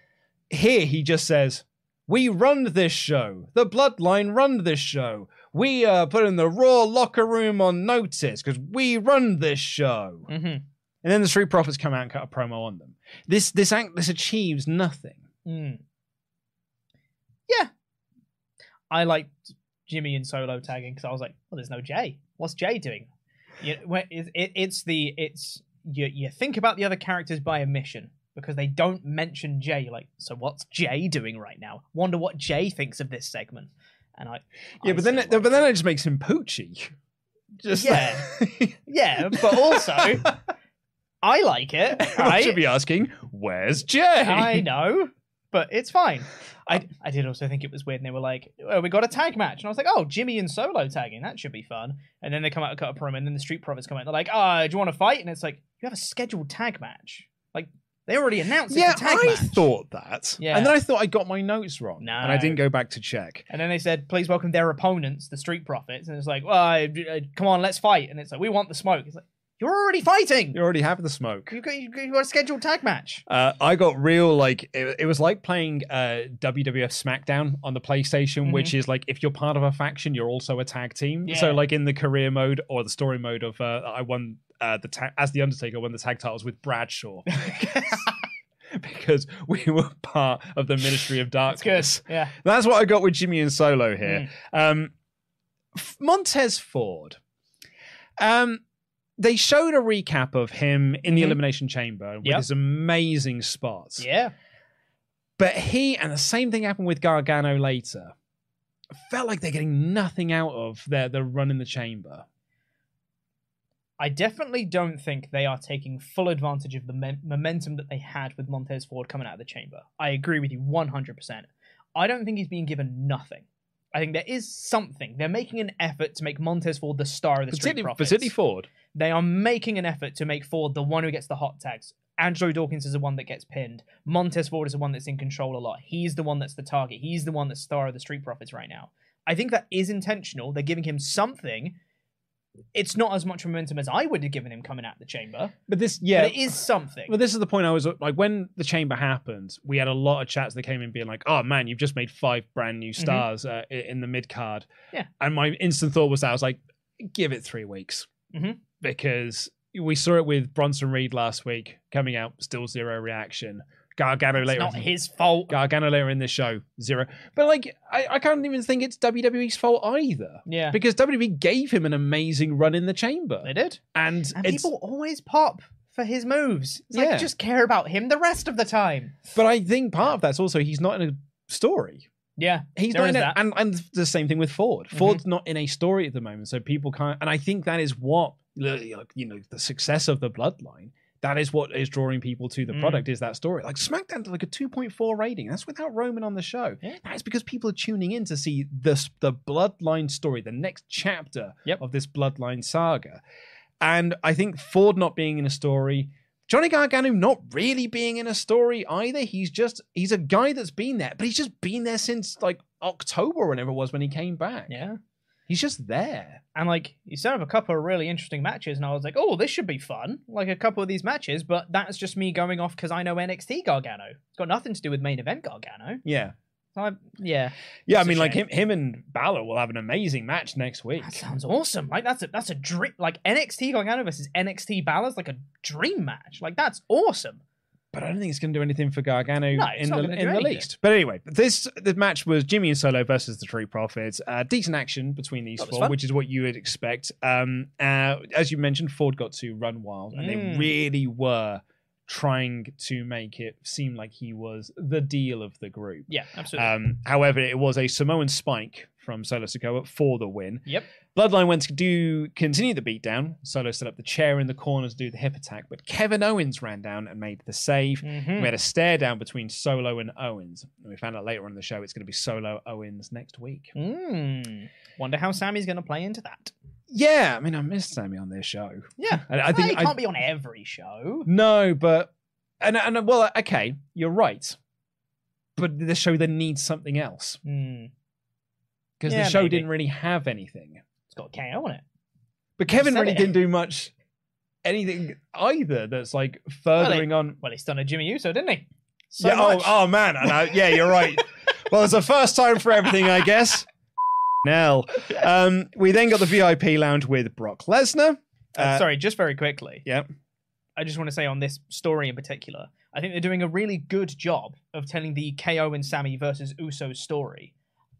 A: Here he just says, "We run this show. The bloodline run this show. We are putting the Raw locker room on notice because we run this show."
B: Mm-hmm.
A: And then the Street Profits come out and cut a promo on them. This this act this achieves nothing.
B: Mm. Yeah. I liked Jimmy and Solo tagging because I was like, well, there's no Jay. What's Jay doing? You know, when- it, it, it's the, it's, you, you think about the other characters by omission because they don't mention Jay. You're Like, so what's Jay doing right now? Wonder what Jay thinks of this segment. And I,
A: Yeah,
B: I
A: but
B: say
A: then it,
B: like-
A: but then it just makes him poochy. [LAUGHS] Just
B: Yeah. [LAUGHS] yeah, but also, I
A: [LAUGHS]
B: like it.
A: I
B: Right?
A: should be asking, where's Jay? [LAUGHS]
B: I know, but it's fine. I, I did also think it was weird. And they were like, oh, we got a tag match. And I was like, oh, Jimmy and Solo tagging. That should be fun. And then they come out and cut a promo. And then the Street Profits come out. And they're like, oh, do you want to fight? And it's like, you have a scheduled tag match. Like, they already announced
A: yeah,
B: it's a tag
A: I
B: match.
A: thought that.
B: Yeah.
A: And then I thought I got my notes wrong.
B: No.
A: And I didn't go back to check.
B: And then they said, please welcome their opponents, the Street Profits. And it's like, well, I- I- come on, let's fight. And it's like, we want the smoke. It's like, You're already fighting.
A: You're already having the smoke.
B: You got, you got you got a scheduled tag match.
A: Uh, I got real like it, it was like playing uh, WWF SmackDown on the PlayStation, which is like if you're part of a faction, you're also a tag team. So
B: Yeah.
A: like in the career mode or the story mode of uh, I won uh, the tag as the Undertaker won the tag titles with Bradshaw. [LAUGHS] Because we were part of the Ministry of Darkness.
B: Yeah.
A: That's what I got with Jimmy and Solo here.
B: Hmm.
A: Um, F- Montez Ford. Um, they showed a recap of him in the Elimination Chamber with
B: Hmm. Yep.
A: his amazing spots.
B: Yeah.
A: But he, and the same thing happened with Gargano later, felt like they're getting nothing out of their, their run in the chamber.
B: I definitely don't think they are taking full advantage of the mem- momentum that they had with Montez Ford coming out of the chamber. I agree with you 100%. I don't think he's being given nothing. I think there is something. They're making an effort to make Montez Ford the star of the Street
A: Particularly,
B: Profits.
A: particularly Ford.
B: They are making an effort to make Ford the one who gets the hot tags. Angelo Dawkins is the one that gets pinned. Montez Ford is the one that's in control a lot. He's the one that's the target. He's the one that's star of the Street Profits right now. I think that is intentional. They're giving him something. It's not as much momentum as I would have given him coming out the chamber,
A: But this, yeah.
B: but it is something.
A: Well, this is the point I was like when the chamber happened. We had a lot of chats that came in being like, "Oh man, you've just made five brand new stars uh, i- in the mid card."
B: Mm-hmm. Yeah.
A: and my instant thought was that I was like, "Give it three weeks,"
B: Mhm.
A: because we saw it with Bronson Reed last week coming out, still zero reaction. Gargano
B: it's
A: later,
B: not his fault.
A: Gargano later in this show, zero. But like, I, I can't even think it's WWE's fault either.
B: Yeah.
A: because WWE gave him an amazing run in the chamber,
B: They did.
A: and,
B: And
A: it's-
B: people always pop for his moves. It's
A: Yeah.
B: like, just care about him the rest of the time.
A: But I think part of that's also he's not in a story.
B: Yeah.
A: He's
B: there
A: not
B: is
A: in a,
B: that. Mm-hmm.
A: and and the same thing with Ford. Ford's not in a story at the moment, so people can't. And I think that is what you know the success of the Bloodline. That is what is drawing people to
B: Mm.
A: the product is that story. Like SmackDown to like a two point four rating. That's without Roman on the show. That is because people are tuning in to see this the Bloodline story, the next chapter
B: Yep.
A: of this Bloodline saga. And I think Ford not being in a story, Johnny Gargano not really being in a story either. He's just he's a guy that's been there, but he's just been there since like October or whenever it was when he came back.
B: yeah.
A: He's just there.
B: And like you set up a couple of really interesting matches, and I was like, "Oh, this should be fun!" Like a couple of these matches, but that's just me going off because I know NXT Gargano. It's got nothing to do with main event Gargano.
A: Yeah.
B: So I, yeah,
A: Yeah,
B: It's
A: I
B: a
A: mean like
B: shame.
A: him him and Balor will have an amazing match next week.
B: that sounds awesome. Like that's a that's a dream. Like NXT Gargano versus NXT Balor's like a dream match. Like that's awesome.
A: but I don't think it's going to do anything for Gargano
B: No, it's
A: in,
B: not
A: the,
B: gonna do
A: in the
B: anything.
A: least. But anyway, this the match was Jimmy and Solo versus the Tree Profits. Uh, decent action between these
B: That was
A: four,
B: fun.
A: which is what you would expect. Um, uh, as you mentioned, Ford got to run wild, and they
B: Mm.
A: really were trying to make it seem like he was the deal of the group.
B: Yeah, absolutely.
A: Um, however, it was a Samoan spike from Solo Sokoa for the win.
B: yep.
A: Bloodline went to do continue the beatdown. Solo set up the chair in the corner to do the hip attack, but Kevin Owens ran down and made the save.
B: Mm-hmm.
A: We had a stare down between Solo and Owens. And we found out later on in the show it's going to be Solo Owens next week.
B: Mm. Wonder how Sammy's going to play into that.
A: Yeah, I mean, I missed Sammy on this show.
B: Yeah,
A: I, I think
B: he
A: I,
B: can't be on every show.
A: no, but and and well, okay, you're right. But the show then needs something else
B: Hmm.
A: because
B: Yeah,
A: the show
B: maybe.
A: didn't really have anything.
B: It's got KO on it.
A: But Kevin
B: said
A: really
B: it.
A: didn't do much anything either that's like furthering on
B: Well, he stunned a Jimmy Uso, didn't he? So
A: yeah,
B: much.
A: Oh, oh man, I know. Yeah, you're right. [LAUGHS] well, it's the first time for everything, I guess. [LAUGHS] Now, um, we then got the VIP lounge with Brock Lesnar.
B: Uh, sorry, just very quickly.
A: Yep.
B: I just want to say on this story in particular, I think they're doing a really good job of telling the KO and Sammy versus Uso story.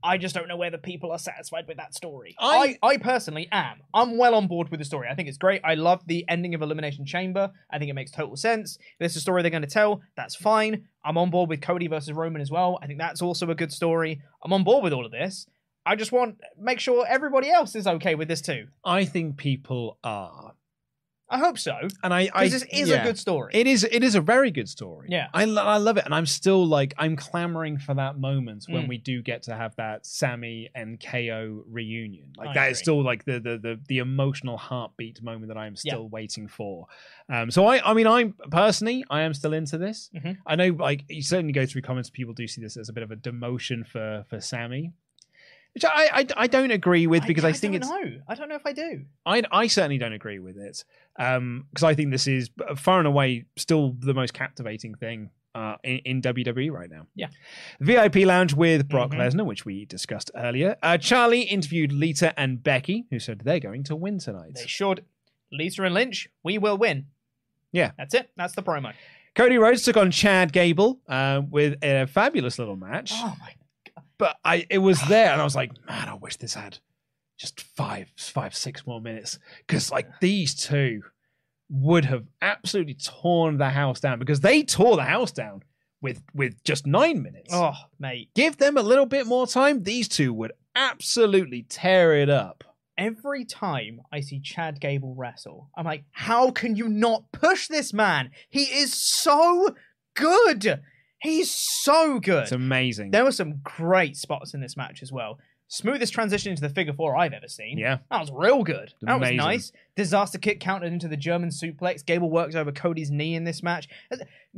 B: I just don't know whether people are satisfied with that story.
A: I-
B: I, I personally am. I'm well on board with the story. I think it's great. I love the ending of Elimination Chamber. I think it makes total sense. If This is a story they're going to tell. That's fine. I'm on board with Cody versus Roman as well. I think that's also a good story. I'm on board with all of this. I just want make sure everybody else is okay with this too.
A: I think people are,
B: I hope so.
A: and I, I
B: 'Cause this is
A: yeah.
B: a good story.
A: It is. It is a very good story.
B: Yeah.
A: I, lo- I love it, and I'm still like I'm clamoring for that moment when
B: Mm.
A: we do get to have that Sammy and KO reunion. Like
B: I
A: that is
B: agree.
A: still like the, the the the emotional heartbeat moment that I am
B: Yeah.
A: still waiting for. Um. So I I mean I'm personally I am still into this.
B: Mhm.
A: I know like you certainly go through comments. People do see this as a bit of a demotion for for Sammy. which I I, I don't agree with because I, think
B: don't
A: it's
B: know. I don't know if I do.
A: I I certainly don't agree with it because I think this is uh, far and away still the most captivating thing. Uh, in, in WWE right now.
B: Yeah. Mm-hmm.
A: VIP Lounge with Brock Lesnar, which we discussed earlier. Uh, Charlie interviewed Lita and Becky, who said they're going to win tonight.
B: They should. Lisa and Lynch, we will win.
A: Yeah.
B: That's it. That's the promo.
A: Cody Rhodes took on Chad Gable uh, with a fabulous little match.
B: Oh my
A: But I it was there, and I was like, man, I wish this had just five, five, six more minutes. Because like these two would have absolutely torn the house down because they tore the house down with with just nine minutes.
B: Oh, mate.
A: Give them a little bit more time, these two would absolutely tear it up.
B: Every time I see Chad Gable wrestle, I'm like, how can you not push this man? He is so good. He's so good.
A: It's amazing.
B: There were some great spots in this match as well. Smoothest transition into the figure four I've ever seen.
A: Yeah.
B: That was real good. That
A: Amazing.
B: was nice. Disaster kick countered into the German suplex. Gable works over Cody's knee in this match.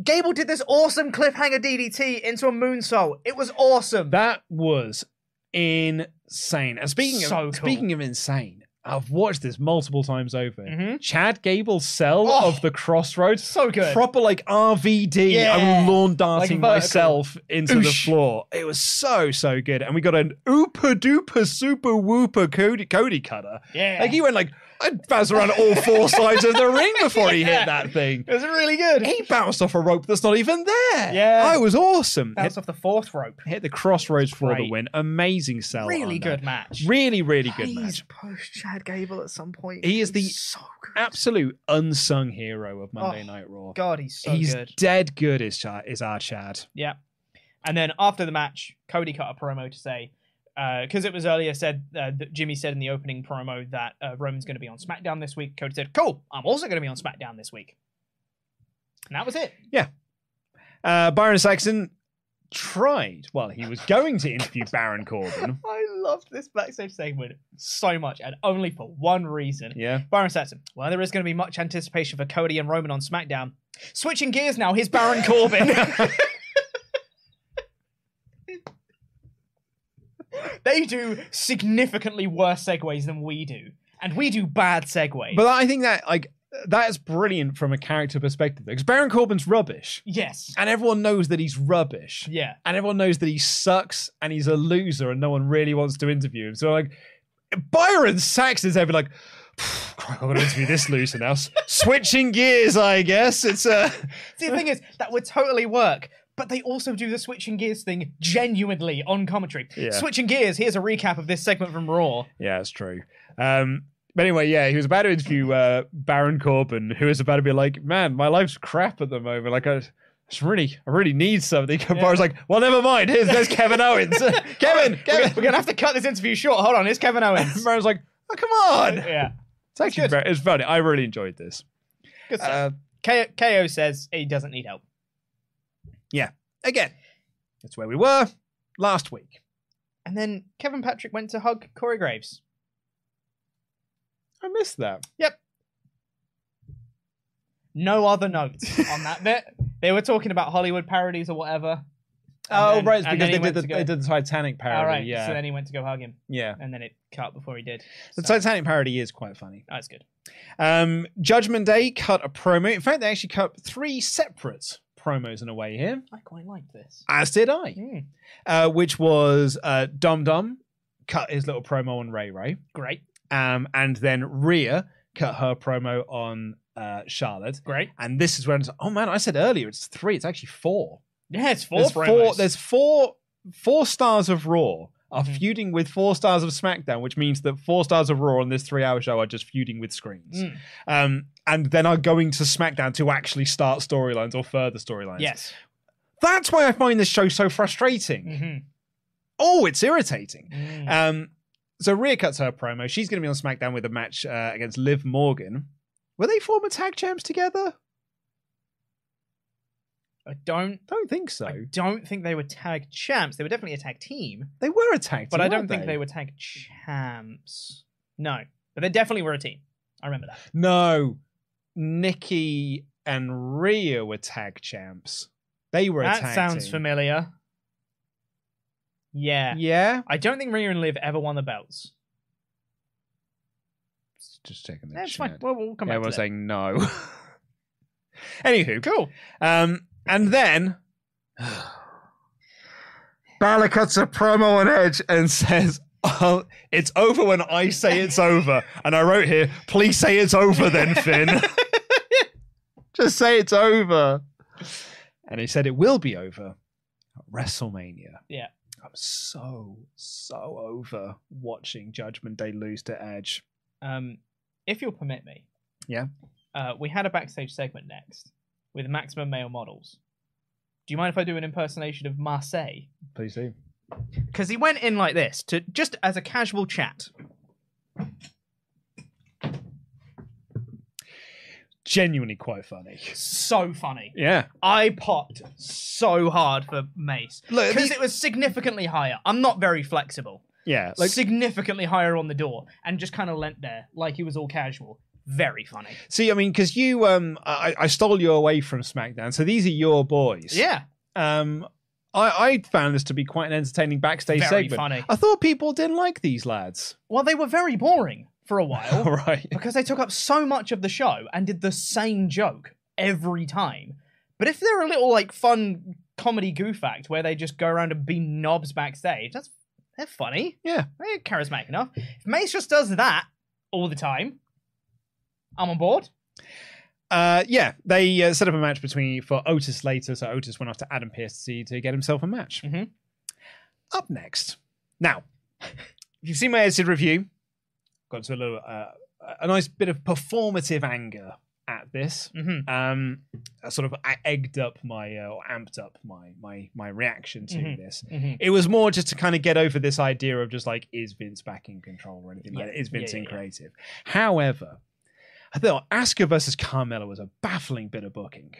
B: Gable did this awesome cliffhanger DDT into a moonsault. It was awesome.
A: That was insane. And speaking of
B: So cool.
A: speaking of insane, I've watched this multiple times over. Chad Gable's cell of the crossroads,
B: Mm-hmm. Oh. so good.
A: proper like RVD. I
B: Yeah.
A: was lawn
B: Like
A: darting
B: vertical.
A: myself into the
B: Oosh.
A: floor. It was so so good, and we got an ooper duper super whooper Cody Cody cutter.
B: Yeah.
A: like he went like I'd bounce around all
B: [LAUGHS]
A: four sides of the ring before he hit that thing.
B: it was really good.
A: He bounced off a rope that's not even there.
B: Yeah.
A: I was awesome.
B: Bounced off the fourth rope.
A: Hit the crossroads for the
B: Great.
A: win. Amazing sell.
B: Really
A: on
B: good
A: that.
B: match.
A: Really, really good
B: Please
A: match.
B: push Chad Gable at some point.
A: He is the
B: He's so good.
A: Absolute unsung hero of Monday
B: Oh,
A: Night Raw.
B: God, he's so
A: He's
B: good.
A: dead good. Is Chad, is our Chad?
B: Yeah. And then after the match, Cody cut a promo to say, because it was earlier said, uh, that Jimmy said in the opening promo that uh, Roman's going to be on SmackDown this week. Cody said, cool, I'm also going to be on SmackDown this week. And that was it.
A: Yeah. Uh, Byron Saxon tried. Well, he was going to interview Baron Corbin.
B: I loved this backstage segment so much, and only for one reason.
A: Yeah.
B: Byron Saxon. Well, there is going to be much anticipation for Cody and Roman on SmackDown. Switching gears now, here's Baron Corbin. [LAUGHS] they do significantly worse segues than we do, and we do bad segues.
A: But I think that like that is brilliant from a character perspective because Baron Corbin's rubbish,
B: yes,
A: and everyone knows that he's rubbish.
B: yeah,
A: and everyone knows that he sucks and he's a loser and no one really wants to interview him. So like Byron Saxon's ever like [SIGHS] "Phew, crap, I'm gonna interview this loser now. S- Switching gears, I guess. It's uh
B: See, the thing is, that would totally work. But they also do the switching gears thing genuinely on commentary.
A: Yeah.
B: Switching gears, here's a recap of this segment from Raw.
A: Yeah, it's true. Um but anyway, yeah, he was about to interview uh, Baron Corbin, who was about to be like, "Man, my life's crap at the moment. Like, I just really, I really need something." And Byron's like, "Well, never mind. Here's there's Kevin [LAUGHS] Owens. Kevin,
B: We're,
A: Kevin."
B: we're gonna have to cut this interview short. Hold on, here's
A: [LAUGHS]
B: Kevin
A: And [LAUGHS]
B: Owens.
A: Baron's like, "Oh, come on."
B: yeah.
A: It's actually very, it's funny. I really enjoyed this. [LAUGHS]
B: Good stuff.
A: Uh,
B: K- KO says he doesn't need help.
A: Yeah. Again, that's where we were last week.
B: And then Kevin Patrick went to hug Corey Graves.
A: I missed that.
B: Yep. No other notes
A: [LAUGHS]
B: on that bit. They were talking about Hollywood parodies or whatever. And
A: oh,
B: then-
A: right. It's
B: and
A: because
B: then he
A: they
B: went
A: did, the,
B: to go-
A: they did the Titanic parody.
B: All right.
A: Yeah.
B: So then he went to go hug him,
A: yeah.
B: and then it cut before he did.
A: The Titanic parody is quite funny.
B: That's good.
A: Um, Judgment Day cut a promo. In fact, they actually cut three separate promos in a way here,
B: I quite liked this.
A: as did I,
B: Mm,
A: uh, which was uh, Dum Dum cut his little promo on Ray Ray.
B: great.
A: Um, and then Rhea cut her promo on uh, Charlotte.
B: Great.
A: And this is when, it's, oh man, I said earlier it's three. It's actually four.
B: Yeah, it's four
A: there's
B: promos.
A: four. There's four. Four stars of Raw are feuding with four stars of SmackDown, which means that four stars of Raw on this three-hour show are just feuding with screens,
B: Mm.
A: um, and then are going to SmackDown to actually start storylines or further storylines.
B: yes.
A: that's why I find this show so frustrating.
B: hmm
A: Oh, it's irritating.
B: mm.
A: Um, so Rhea cuts her promo. She's going to be on SmackDown with a match uh, against Liv Morgan. Were they former tag champs together?
B: I don't.
A: Don't think so.
B: I don't think they were tag champs. They were definitely a tag team,
A: They were a tag team,
B: but I don't
A: weren't
B: think they were tag champs. No, but they definitely were a team. I remember that.
A: No, Nikki and Rhea were tag champs. They were a
B: that
A: tag
B: sounds
A: team.
B: familiar. Yeah.
A: Yeah.
B: I don't think Rhea and Liv ever won the belts.
A: Just checking the
B: That's fine.
A: chat.
B: Well, we'll come
A: yeah,
B: back
A: we're
B: to that.
A: saying no. [LAUGHS] Anywho,
B: Cool.
A: Um, and then [SIGHS] Balor cuts a promo on Edge and [LAUGHS] says, oh, "It's over when I say
B: [LAUGHS]
A: it's over." And I wrote here, "Please say it's over, then Finn.
B: [LAUGHS]
A: Just say it's over." And he said it will be over at WrestleMania.
B: Yeah.
A: I'm so so over watching Judgment Day lose to Edge.
B: Um, if you'll permit me.
A: Yeah.
B: Uh, we had a backstage segment next with maximum male models. Do you mind if I do an impersonation of Marseille?
A: Please do.
B: Because he went in like this to just as a casual chat.
A: Genuinely quite funny.
B: So funny.
A: Yeah.
B: I popped so hard for Mace
A: Look,
B: because
A: the-
B: it was significantly higher. I'm not very flexible.
A: Yeah. Like
B: significantly higher on the door, and just kind of leant there like he was all casual. Very funny.
A: See, I mean, because you, um, I, I stole you away from SmackDown, so these are your boys.
B: Yeah,
A: Um, I, I found this to be quite an entertaining backstage
B: Very
A: segment.
B: funny.
A: I thought people didn't like these lads.
B: well, they were very boring for a [LAUGHS] while.
A: [LAUGHS] All right.
B: because they took up so much of the show and did the same joke every time. But if they're a little like fun comedy goof act where they just go around and be knobs backstage, that's they're funny.
A: Yeah.
B: They're charismatic enough. If Mace just does that all the time, I'm on board.
A: Uh, yeah. They uh, set up a match between for Otis later, so Otis went after Adam Pearce to, see- to get himself a match.
B: Mhm.
A: Up next. [LAUGHS] Now, if you've seen my edited review, got to a little, uh, a nice bit of performative anger at this.
B: Mm-hmm.
A: um I sort of I egged up my uh, or amped up my my my reaction to
B: Mhm.
A: this
B: Mhm.
A: it was more just to kind of get over this idea of just like is vince back in control or anything like
B: Yeah.
A: that is
B: Yeah,
A: vince
B: yeah,
A: in
B: yeah.
A: creative however i thought Asuka versus carmella was a baffling bit of booking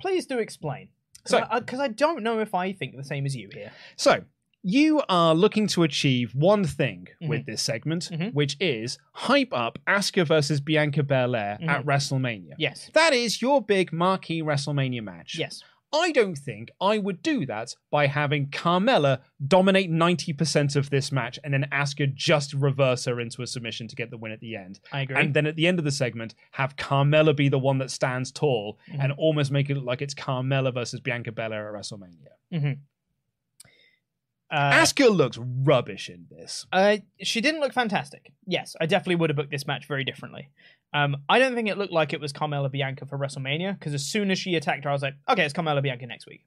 B: Please do explain.
A: So-
B: Because I, 'cause I don't know if I think the same as you here.
A: so you are looking to achieve one thing
B: Mm-hmm.
A: with this segment
B: Mhm.
A: which is hype up Asuka versus bianca belair
B: Mm-hmm.
A: at wrestlemania
B: Yes.
A: that is your big marquee wrestlemania match
B: Yes.
A: I don't think I would do that by having Carmella dominate 90% of this match and then Asuka just reverse her into a submission to get the win at the end.
B: I agree.
A: And then at the end of the segment, have Carmella be the one that stands tall and almost make it look like it's Carmella versus Bianca Belair at WrestleMania.
B: Uh,
A: Asuka looks rubbish in this.
B: Uh, she didn't look fantastic. Yes, I definitely would have booked this match very differently. Um, I don't think it looked like it was Carmella Bianca for WrestleMania because as soon as she attacked her, I was like, okay, it's Carmella Bianca next week.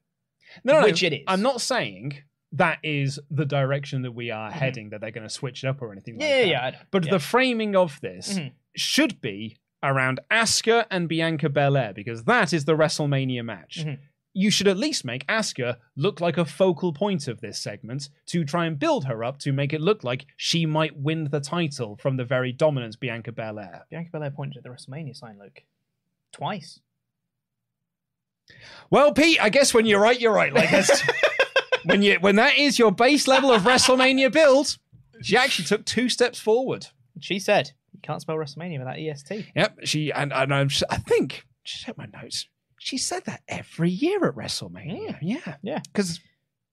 A: No, no,
B: Which
A: no,
B: it is.
A: I'm not saying that is the direction that we are heading, that they're going to switch it up or anything like
B: Mm-hmm. yeah, yeah,
A: that.
B: yeah. I know.
A: But
B: Yeah.
A: the framing of this
B: Mhm.
A: should be around Asuka and Bianca Belair because that is the WrestleMania match.
B: Mhm.
A: You should at least make Asuka look like a focal point of this segment to try and build her up to make it look like she might win the title from the very dominant Bianca Belair.
B: Bianca Belair pointed at the WrestleMania sign, Luke, twice.
A: Well, Pete, I guess when you're right, you're right. Like [LAUGHS] that's when you when that is your base level of WrestleMania build, she actually took two steps forward.
B: She said, you can't spell WrestleMania without E EST.
A: Yep. She and, and I'm, s- I think she said my notes. She said that every year at WrestleMania. Mm. Yeah.
B: Yeah.
A: Because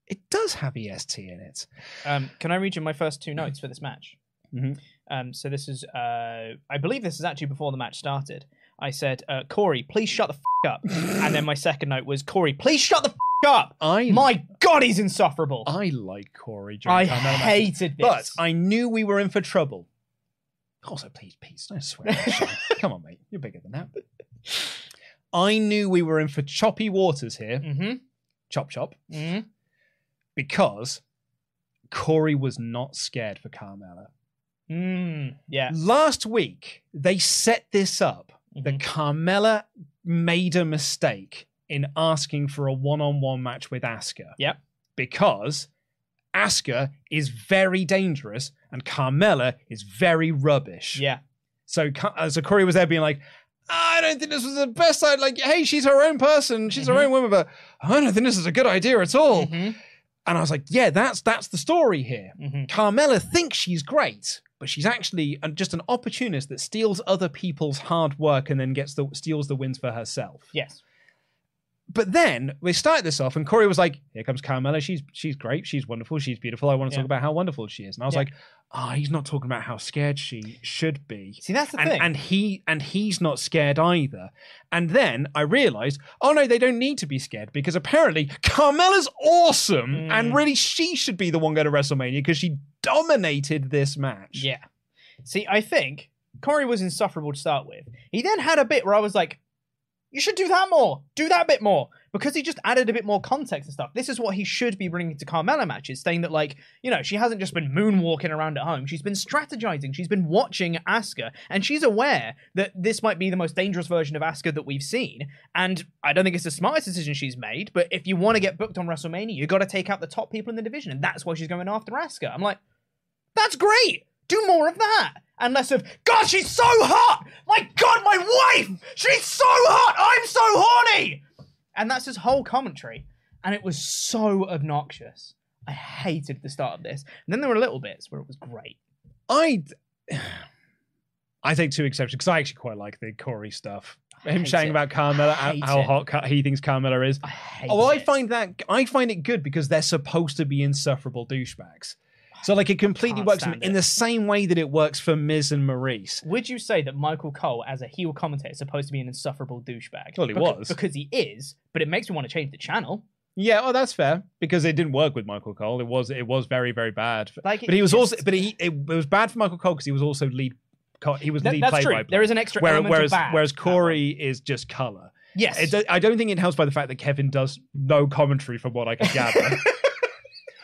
A: it does have EST in it.
B: Um, can I read you my first two notes for this match?
A: Mhm.
B: Um, so this is, uh, I believe this is actually before the match started. I said, uh, Corey, please shut the f- up. and then my second note was, Corey, please shut the f- up.
A: I
B: My God, he's insufferable.
A: I like Corey. during
B: I
A: Carmella matches,
B: hated this.
A: But I knew we were in for trouble. Also, please, please, don't swear. on the show. Come on, mate. You're bigger than that. I knew we were in for choppy waters here.
B: Mm-hmm.
A: Chop, chop.
B: Mm-hmm.
A: Because Corey was not scared for Carmella.
B: Mm. Yeah.
A: Last week, they set this up that Carmella made a mistake in asking for a one on one match with Asuka.
B: Yep.
A: Because Asuka is very dangerous and Carmella is very rubbish.
B: Yeah.
A: So, Ca- uh, so Corey was there being like, I don't think this was the best idea. Like, hey, she's her own person. She's
B: Mm-hmm.
A: her own woman, but I don't think this is a good idea at all. And I was like, yeah, that's that's the story here.
B: Mm-hmm.
A: Carmella thinks she's great, but she's actually uh, just an opportunist that steals other people's hard work and then gets the steals the wins for herself.
B: Yes.
A: But then we started this off, and Corey was like, "Here comes Carmela. She's she's great. She's wonderful. She's beautiful. I want to
B: Yeah.
A: talk about how wonderful she is." And I was
B: Yeah.
A: like, "Ah, he's not talking about how scared she should be."
B: See, that's the
A: and,
B: thing.
A: and he and he's not scared either. And then I realized, oh no, they don't need to be scared because apparently Carmella's awesome,
B: Hmm.
A: and really she should be the one going to WrestleMania because she dominated this match.
B: Yeah. See, I think Corey was insufferable to start with. He then had a bit where I was like, you should do that more. Do that bit more. Because he just added a bit more context and stuff. This is what he should be bringing to Carmella matches, saying that, like, you know, she hasn't just been moonwalking around at home. She's been strategizing. She's been watching Asuka. And she's aware that this might be the most dangerous version of Asuka that we've seen. And I don't think it's the smartest decision she's made, but if you want to get booked on WrestleMania, you got to take out the top people in the division. And that's why she's going after Asuka. I'm like, that's great. Do more of that. And less of, God, she's so hot. My God, my wife. She's so hot. I'm so horny. And that's his whole commentary. And it was so obnoxious. I hated the start of this. And then there were little bits where it was great.
A: I [SIGHS] I take two exceptions because I actually quite like the Corey stuff. Him
B: hate
A: saying
B: it.
A: about Carmella,
B: I
A: how,
B: hate
A: how
B: it.
A: hot Car- he thinks Carmella is.
B: I hate
A: Oh, I
B: it.
A: find that I find it good because they're supposed to be insufferable douchebags. So like it completely
B: Can't
A: works for me
B: stand
A: in
B: it.
A: the same way that it works for Miz and Maurice.
B: Would you say that Michael Cole, as a heel commentator, is supposed to be an insufferable douchebag?
A: Well, he
B: Beca-
A: was.
B: Because he is, but it makes me want to change the channel.
A: Yeah, oh, that's fair because it didn't work with Michael Cole. It was it was very very bad.
B: Like,
A: but he
B: it
A: was also
B: just-
A: but he it, it was bad for Michael Cole because he was also lead. co- He was
B: That-
A: lead
B: that's
A: play
B: true.
A: by play.
B: There is an extra element of
A: whereas
B: bad,
A: whereas
B: that one.
A: Corey is just color.
B: Yes.
A: It, do- I don't think it helps by the fact that Kevin does no commentary from what I can
B: [LAUGHS]
A: gather.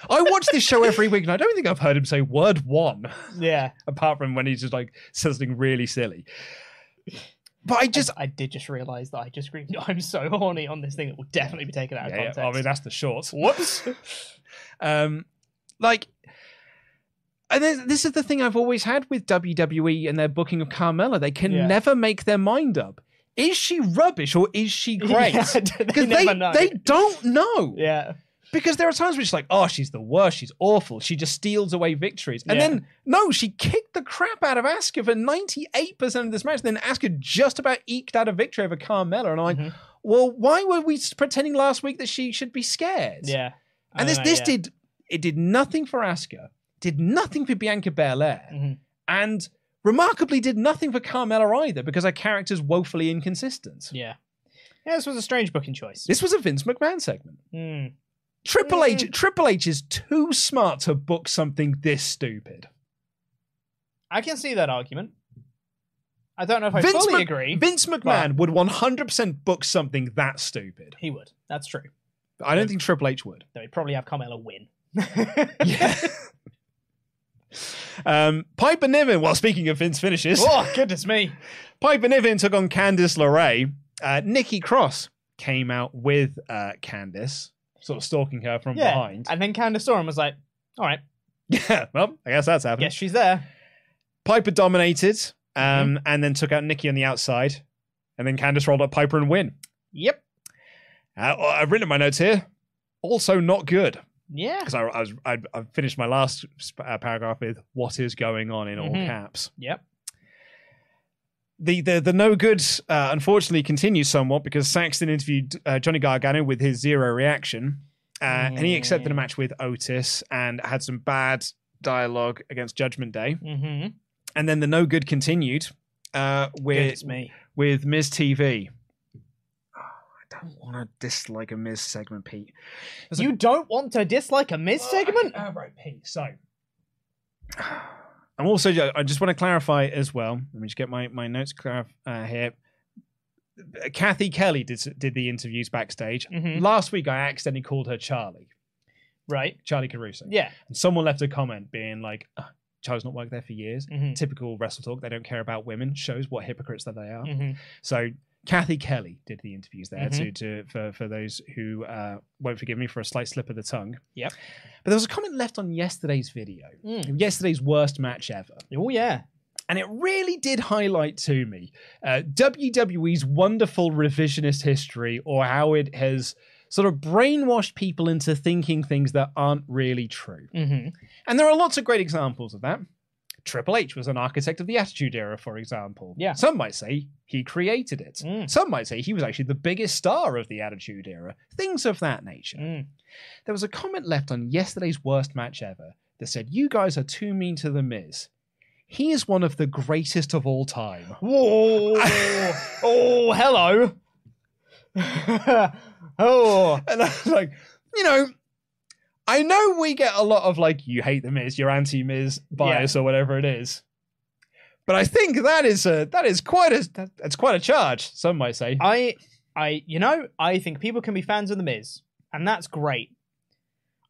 A: I watch this show every week, and I don't think I've heard him say word one,
B: yeah.
A: apart from when he's just like says something really silly. But I just,
B: I did just realise that I just screamed, [LAUGHS] I'm so horny on this thing. It will definitely be taken out of
A: Yeah, yeah,
B: context.
A: I mean that's the
B: [LAUGHS]
A: shorts.
B: Whoops.
A: Um, like, and this, this is the thing I've always had with WWE and their booking of Carmella. They can
B: Yeah.
A: never make their mind up. Is she rubbish or is she great?
B: [LAUGHS] Yeah,
A: Because
B: they
A: they,
B: never know.
A: they don't know.
B: yeah.
A: Because there are times where she's like, oh, she's the worst. She's awful. She just steals away victories. And
B: Yeah.
A: then, no, she kicked the crap out of Asuka for 98% of this match. Then Asuka just about eked out a victory over Carmella. And I'm like,
B: Mm-hmm.
A: well, why were we pretending last week that she should be scared?
B: Yeah. I
A: And this
B: don't know,
A: this
B: yeah.
A: did it did nothing for Asuka, did nothing for Bianca Belair,
B: Mm-hmm.
A: and remarkably did nothing for Carmella either because her character's woefully inconsistent.
B: Yeah. Yeah, this was a strange booking choice.
A: This was a Vince McMahon segment.
B: Hmm.
A: Triple H
B: Mm.
A: Triple H is too smart to book something this stupid.
B: I can see that argument. I don't know if I
A: Vince
B: fully
A: Mc-
B: agree.
A: Vince McMahon would 100% book something that stupid.
B: He would. That's true.
A: I don't think Triple H would.
B: Though he'd probably have
A: [LAUGHS]
B: Carmella win. [LAUGHS]
A: Yeah. um, Piper Niven. Well, speaking of Vince finishes,
B: oh, goodness me.
A: Piper Niven took on Candice LeRae. Uh, Nikki Cross came out with uh, Candice, sort of stalking her from
B: Yeah.
A: behind.
B: And then Candace saw him and was like, all right,
A: [LAUGHS] yeah, well, I guess that's happened.
B: guess she's there.
A: Piper dominated um,
B: Mm-hmm.
A: and then took out Nikki on the outside. And then Candice rolled up Piper and win.
B: Yep.
A: Uh, oh, I've written in my notes here. Also, not good.
B: Yeah.
A: Because I, I, was- I, I finished my last sp- uh, paragraph with what is going on in all
B: Mhm.
A: caps.
B: Yep.
A: the the, the no good uh, unfortunately continues somewhat because Saxton interviewed uh, Johnny Gargano with his zero reaction, uh, and he accepted a match with Otis and had some bad dialogue against Judgment Day,
B: Mm-hmm.
A: and then the no good continued uh, with
B: Goodness me.
A: with Miz TV. Oh, I don't want to dislike a Miz segment, Pete.
B: You don't want to dislike a Miz segment?
A: All Ah, right, Pete. So. [SIGHS] I'm also. I just want to clarify as well. Let me just get my my notes clar- uh, here. Kathy Kelly did did the interviews backstage
B: Mhm.
A: last week. I accidentally called her Charlie,
B: Right.
A: Charlie Caruso.
B: Yeah.
A: and someone left a comment being like, "Ugh, "Charlie's not worked there for years."
B: Mhm.
A: Typical wrestle talk. They don't care about women. Shows what hypocrites that they are.
B: Mhm.
A: So Kathy Kelly did the interviews there
B: Mhm.
A: to to for for those who uh, won't forgive me for a slight slip of the tongue.
B: Yep.
A: But there was a comment left on yesterday's video,
B: Mm.
A: yesterday's worst match ever.
B: Oh, yeah.
A: And it really did highlight to me uh, WWE's wonderful revisionist history or how it has sort of brainwashed people into thinking things that aren't really true.
B: Mm-hmm.
A: And there are lots of great examples of that. Triple H was an architect of the Attitude Era, for example.
B: Yeah.
A: Some might say he created it.
B: Mm.
A: Some might say he was actually the biggest star of the Attitude Era. Things of that nature.
B: Mm.
A: There was a comment left on yesterday's worst match ever that said, You guys are too mean to The Miz. He is one of the greatest of all
B: [LAUGHS]
A: time.
B: Whoa! oh, hello. oh,
A: [LAUGHS] And I was like, you know, I know we get a lot of like, you hate the Miz, you're anti Miz bias or whatever it is. But I think that is a that is quite a that- that's quite a charge. Some might say.
B: I, I, you know, I think people can be fans of the Miz, and that's great.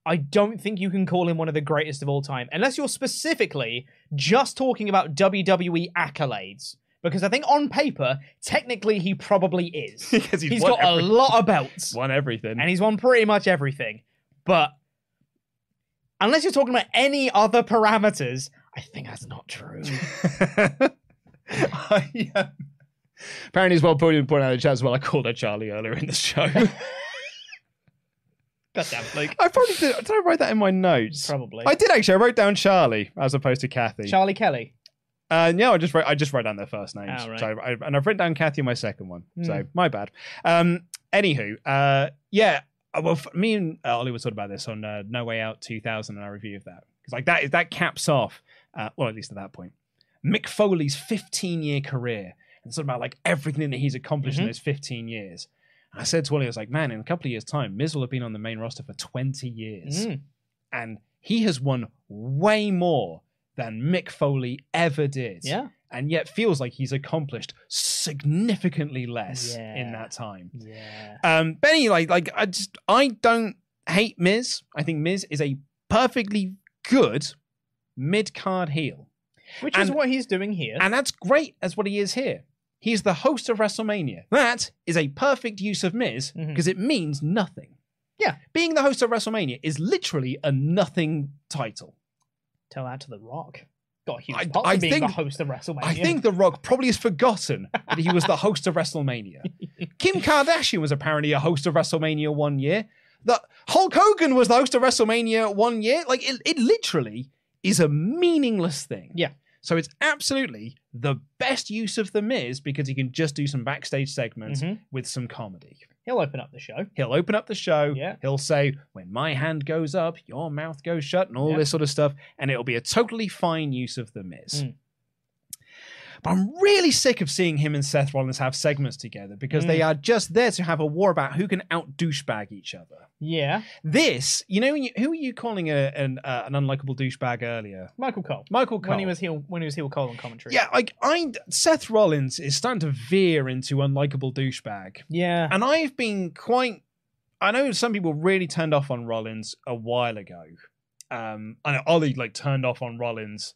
B: I don't think you can call him one of the greatest of all time, unless you're specifically just talking about WWE accolades. Because I think on paper, technically, he probably is.
A: [LAUGHS] Because he's
B: he's
A: won
B: got
A: every-
B: a lot of belts,
A: won everything.
B: and he's won pretty much everything. But unless you're talking about any other parameters, I think that's not true.
A: [LAUGHS] I, um, apparently, as well, pointing point out in the chat as well. I called her Charlie earlier in the show.
B: God damn,
A: [LAUGHS]
B: Luke.
A: I probably did. Did I write that in my notes?
B: Probably.
A: I did actually. I wrote down Charlie as opposed to Kathy.
B: Charlie Kelly.
A: Uh, no, I just wrote, I just wrote down their first names.
B: Oh, right. Hmm.
A: so I, and I've written down Kathy in my second one. So my bad. Um, anywho, uh, yeah. uh, Well, f- me and uh, Ollie were talking about this on uh, No Way Out 2000 and our review of that because like that is that caps off, uh, well at least at that point, Mick Foley's 15 year career and sort of about like everything that he's accomplished
B: Mm-hmm.
A: in those 15 years. And I said to Ollie, I was like, man, in a couple of years' time, Miz will have been on the main roster for 20 years
B: Mm.
A: and he has won way more than Mick Foley ever did.
B: Yeah.
A: And yet feels like he's accomplished significantly less in
B: Yeah.
A: that time.
B: Yeah.
A: Um, Benny, like, like I just I don't hate Miz. I think Miz is a perfectly good mid card heel,
B: Which is
A: And-
B: what he's doing here.
A: and that's great as what he is here. He is the host of WrestleMania. That is a perfect use of Miz
B: Mhm.
A: because it means nothing.
B: Yeah.
A: Being the host of WrestleMania is literally a nothing title.
B: Tell that to The Rock. Got a huge
A: I-
B: part
A: I
B: for being
A: think-
B: the host of WrestleMania.
A: I think The Rock probably has forgotten that he was the host of WrestleMania. Kim Kardashian was apparently a host of WrestleMania one year. The Hulk Hogan was the host of WrestleMania one year. Like it, it literally is a meaningless thing.
B: Yeah.
A: So it's absolutely the best use of the Miz because he can just do some backstage segments
B: Mhm.
A: with some comedy.
B: he'll open up the show.
A: He'll open up the show.
B: Yeah.
A: He'll say, "When my hand goes up, your mouth goes shut," and all
B: Yeah.
A: this sort of stuff, and it'll be a totally fine use of the Miz.
B: Mm.
A: But I'm really sick of seeing him and Seth Rollins have segments together because
B: Mm.
A: they are just there to have a war about who can out douchebag each other.
B: Yeah.
A: This, you know, when you- who are you calling a, an uh, an unlikable douchebag earlier?
B: Michael Cole.
A: Michael Cole.
B: When he was heel when he was heel Cole on commentary.
A: yeah, like I Seth Rollins is starting to veer into unlikable douchebag.
B: Yeah.
A: And I've been quite. I know some people really turned off on Rollins a while ago. Um, I know Ollie like turned off on Rollins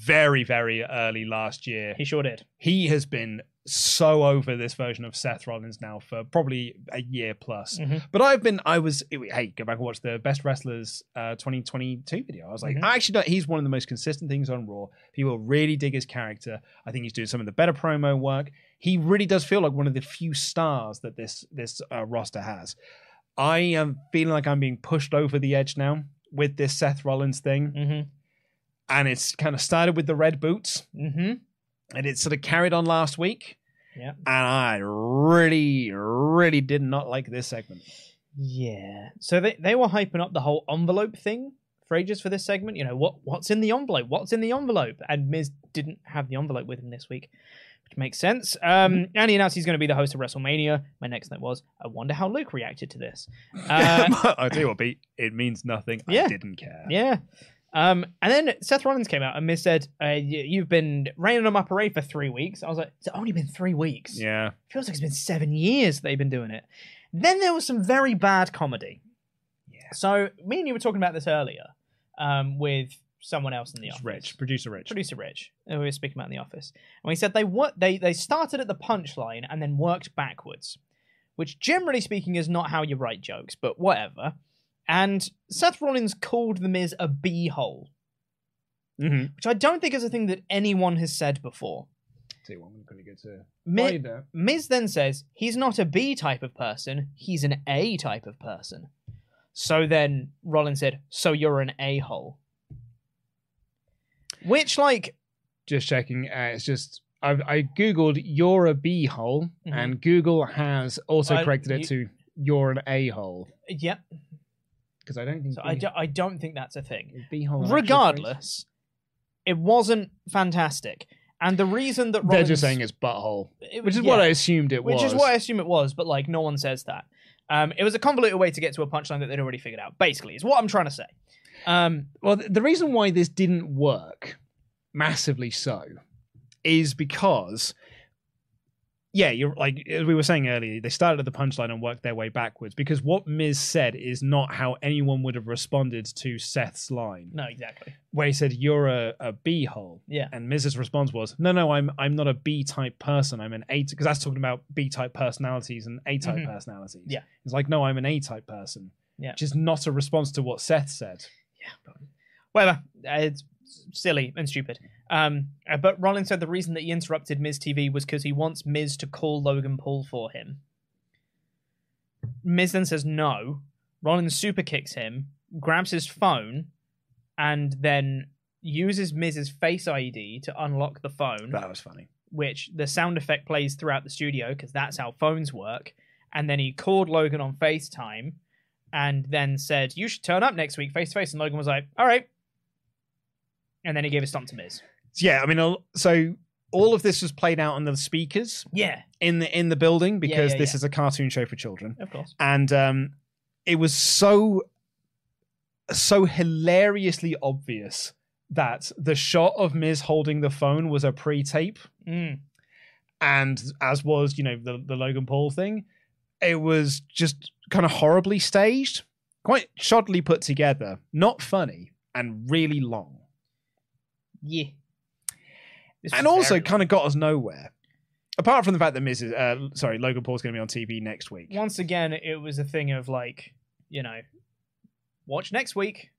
A: very, very early last year.
B: he sure did.
A: He has been so over this version of Seth Rollins now for probably a year plus.
B: Mhm.
A: But I've been, I was, hey, go back and watch the Best Wrestlers uh, 2022 video. I was like,
B: Mhm.
A: I actually don't, he's one of the most consistent things on Raw. People really dig his character. I think he's doing some of the better promo work. He really does feel like one of the few stars that this this uh, roster has. I am feeling like I'm being pushed over the edge now with this Seth Rollins thing,
B: Mm-hmm.
A: and it's kind of started with the red boots
B: Mm-hmm.
A: and it sort of carried on last week.
B: Yeah.
A: And I really, really did not like this segment.
B: Yeah. So they, they were hyping up the whole envelope thing for ages for this segment. You know, what what's in the envelope? What's in the envelope? And Miz didn't have the envelope with him this week, which makes sense. Um, and he announced he's going to be the host of WrestleMania. My next note was, I wonder how Luke reacted to this. Uh,
A: [LAUGHS] I tell you what, Pete, it means nothing.
B: Yeah.
A: I didn't care.
B: Yeah. Um, and then Seth Rollins came out and Miz said, uh, y- "You've been raining on my parade for three weeks." I was like, "It's only been three weeks.
A: Yeah.
B: feels like it's been seven years they've been doing it." Then there was some very bad comedy. Yeah. So me and you were talking about this earlier um, with someone else in the
A: It's
B: office,
A: Rich, producer Rich.
B: producer Rich, who we were speaking about in the office, and we said they what they they started at the punchline and then worked backwards, which generally speaking is not how you write jokes, but whatever. And Seth Rollins called the Miz a beehole,
A: Mm-hmm.
B: which I don't think is a thing that anyone has said before.
A: Tell you what, I'm pretty good too.
B: Mi- Miz then says he's not a B type of person, he's an A type of person. So then Rollins said, So you're an a hole. Which, like,
A: Just checking. Uh, it's just I've, I googled "you're a bee hole" and Google has also
B: Well,
A: corrected it
B: Mm-hmm. you-
A: to "you're an a hole"
B: yep.
A: because I don't think
B: So I,
A: bee-
B: do, I don't think that's a thing.
A: bee hole. actually correct.
B: Regardless, it wasn't fantastic. And the reason that
A: they're
B: Rollins,
A: just saying it's butthole,
B: It-
A: which is what
B: yeah.
A: I assumed it
B: which
A: was.
B: is what I assume it was, but like no one says that. Um, it was a convoluted way to get to a punchline that they'd already figured out. Basically, is what I'm trying to say. Um,
A: Well, th- the reason why this didn't work, massively so, is because, yeah, you're like as we were saying earlier, they started at the punchline and worked their way backwards because what Miz said is not how anyone would have responded to Seth's line,
B: no, exactly.
A: where he said, "You're a, a bee hole."
B: Yeah.
A: and Miz's response was, "No, no, I'm I'm not a B type person. I'm an A because that's talking about B type personalities and A type
B: Mhm.
A: personalities."
B: Yeah.
A: it's like, "No, I'm an A type person."
B: Yeah.
A: which is not a response to what Seth said.
B: Whatever. Uh, It's silly and stupid. Um, uh, but Rollins said the reason that he interrupted Miz TV was because he wants Miz to call Logan Paul for him. Miz then says no. Rollins super kicks him, grabs his phone, and then uses Miz's face ID to unlock the phone.
A: That was funny.
B: which the sound effect plays throughout the studio because that's how phones work. And then he called Logan on FaceTime and then said, You should turn up next week face to face. And Logan was like, All right. And then he gave a stomp to Miz.
A: So, yeah, I mean, I'll- so all of this was played out on the speakers
B: Yeah,
A: in the in the building because
B: yeah,
A: this
B: yeah.
A: is a cartoon show for children,
B: of course.
A: and um, it was so so hilariously obvious that the shot of Miz holding the phone was a pre-tape,
B: Mm.
A: and as was you know the the Logan Paul thing, it was just kind of horribly staged, quite shoddily put together, not funny, and really long,
B: Yeah. This
A: and
B: was
A: also
B: very-
A: kind of got us nowhere. Apart from the fact that Miz is, uh, sorry, Logan Paul's going to be on TV next week.
B: once again, it was a thing of like, you know, watch next week.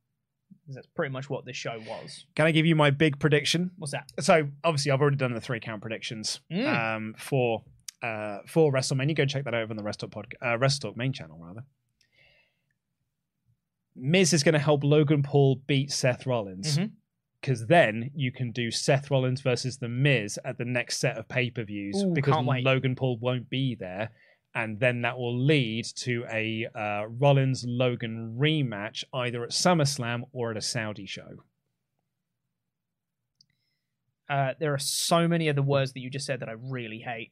B: 'cause That's pretty much what this show was.
A: Can I give you my big prediction?
B: What's that?
A: So obviously, I've already done the three count predictions
B: Mm.
A: um, for uh, for WrestleMania. Go and check that out on the Rest Talk pod, uh, Rest Talk main channel rather. Miz is going to help Logan Paul beat Seth Rollins
B: Mhm.
A: because then you can do Seth Rollins versus the Miz at the next set of pay per views
B: Ooh,
A: because
B: can't wait.
A: Logan Paul won't be there. And then that will lead to a uh, Rollins Logan rematch either at SummerSlam or at a Saudi show.
B: Uh, there are so many other words that you just said that I really hate.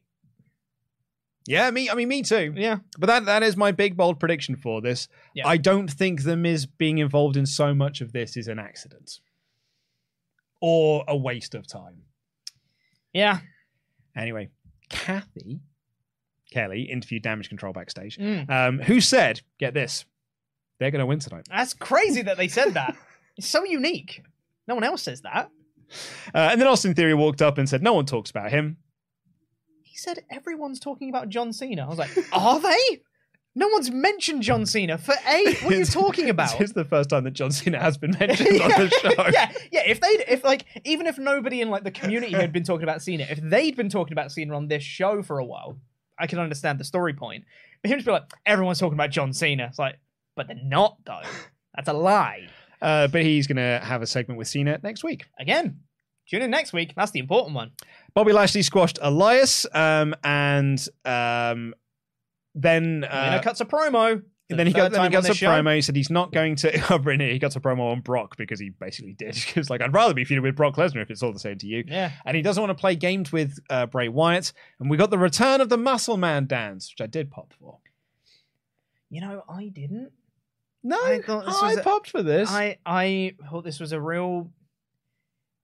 A: Yeah, me. I mean, me too.
B: Yeah.
A: But that that is my big bold prediction for this.
B: Yeah.
A: I don't think the Miz being involved in so much of this is an accident or a waste of time.
B: Yeah.
A: Anyway, Kathy Kelly interviewed Damage Control backstage,
B: Mm.
A: um, who said, "Get this, they're going to win tonight."
B: That's crazy that they said that. it's so unique. No one else says that.
A: Uh, and then Austin Theory walked up and said, "No one talks about him."
B: He said everyone's talking about John Cena. I was like, are they? No one's mentioned John Cena for eight. What
A: [LAUGHS]
B: are you
A: It's-
B: talking about?
A: This is the first time that John Cena has been mentioned on the show.
B: [LAUGHS] yeah, yeah. If they, would if like, even if nobody in like the community had been talking about Cena, if they'd been talking about Cena on this show for a while, I can understand the story point. But him just be like, everyone's talking about John Cena. It's like, but they're not though. That's a lie.
A: Uh, but he's going to have a segment with Cena next week.
B: Again, tune in next week. That's the important one.
A: Bobby Lashley squashed Elias, um, and um, then
B: Leno
A: uh,
B: cuts a promo. for
A: then
B: the
A: he got then
B: third
A: he
B: time on
A: got a
B: this show.
A: promo. He said he's not going to [LAUGHS] cover in it. He got a promo on Brock because he basically did. [LAUGHS] He was like, I'd rather be feuded with Brock Lesnar if it's all the same to you.
B: Yeah.
A: And he doesn't want to play games with uh, Bray Wyatt. And we got the return of the Muscle Man dance, which I did pop for.
B: You know, I didn't.
A: No,
B: I
A: I,
B: thought this was a-
A: popped for this.
B: I I thought this was a real.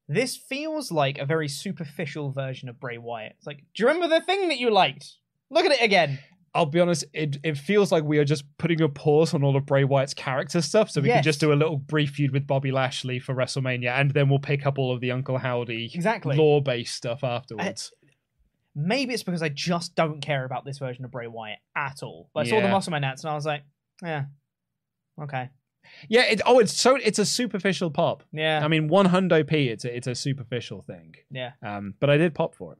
B: This feels like a very superficial version of Bray Wyatt. It's like, do you remember the thing that you liked? Look at it again.
A: I'll be honest, it, it feels like we are just putting a pause on all of Bray Wyatt's character stuff, so we can
B: Yes.
A: just do a little brief feud with Bobby Lashley for WrestleMania, and then we'll pick up all of the Uncle Howdy
B: Exactly.
A: lore based stuff afterwards.
B: Maybe it's because I just don't care about this version of Bray Wyatt at all. But I saw the
A: Yeah.
B: Muscle Man ads and I was like, yeah, okay,
A: yeah, it, oh, it's so it's a superficial pop.
B: yeah,
A: I mean, one hundo p, it's a, it's a superficial thing.
B: yeah.
A: Um, but I did pop for it.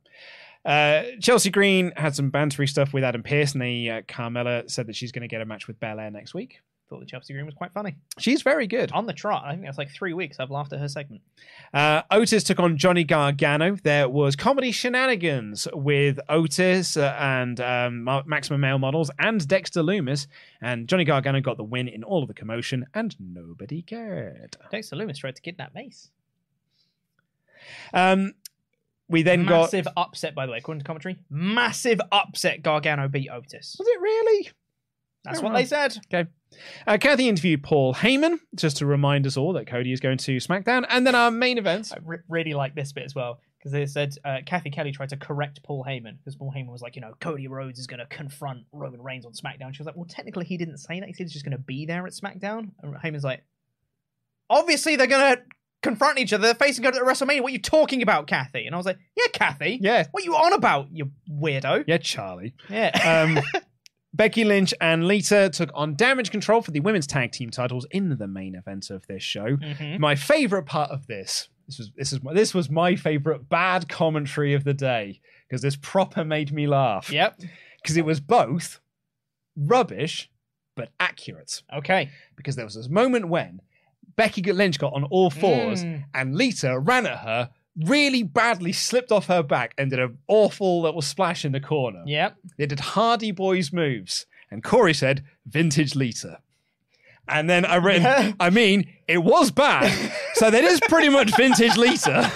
A: Uh, Chelsea Green had some bantery stuff with Adam Pearce, and they, uh, Carmella said that she's going to get a match with Belair next week
B: Thought the Chelsea Green was quite funny.
A: She's very good.
B: On the trot, I think that's like three weeks I've laughed at her segment.
A: Uh, Otis took on Johnny Gargano. There was comedy shenanigans with Otis uh, and um, Ma- Maximum Male Models and Dexter Loomis. And Johnny Gargano got the win in all of the commotion, and nobody cared.
B: Dexter Loomis tried to kidnap Mace.
A: Um, we then
B: Massive
A: got.
B: upset, by the way, according to commentary. Massive upset Gargano beat Otis.
A: Was it really?
B: That's
A: Oh,
B: what
A: wow.
B: they said.
A: Okay. Uh, Kathy interviewed Paul Heyman just to remind us all that Cody is going to SmackDown. And then our main event.
B: I re- really like this bit as well because they said uh, Kathy Kelly tried to correct Paul Heyman because Paul Heyman was like, you know, Cody Rhodes is going to confront Roman Reigns on SmackDown. She was like, well, technically he didn't say that. He said he's just going to be there at SmackDown. And Heyman's like, obviously they're going to confront each other. They're facing each other at WrestleMania. What are you talking about, Kathy? And I was like, yeah, Kathy.
A: Yeah.
B: What you on about, you weirdo?
A: Yeah, Charlie.
B: Yeah. [LAUGHS]
A: Um, Becky Lynch and Lita took on damage control for the women's tag team titles in the main event of this show.
B: Mm-hmm.
A: My favorite part of this, this was this is my, this was my favorite bad commentary of the day because this proper made me laugh.
B: yep.
A: Because it was both rubbish but accurate
B: Okay.
A: because there was this moment when Becky Lynch got on all fours
B: Mm.
A: and Lita ran at her really badly, slipped off her back and did an awful little splash in the corner.
B: Yep.
A: They did Hardy Boys moves, and Corey said vintage Lita. And then I written, [LAUGHS] I mean, it was bad. so that is pretty much vintage
B: [LAUGHS]
A: Lita.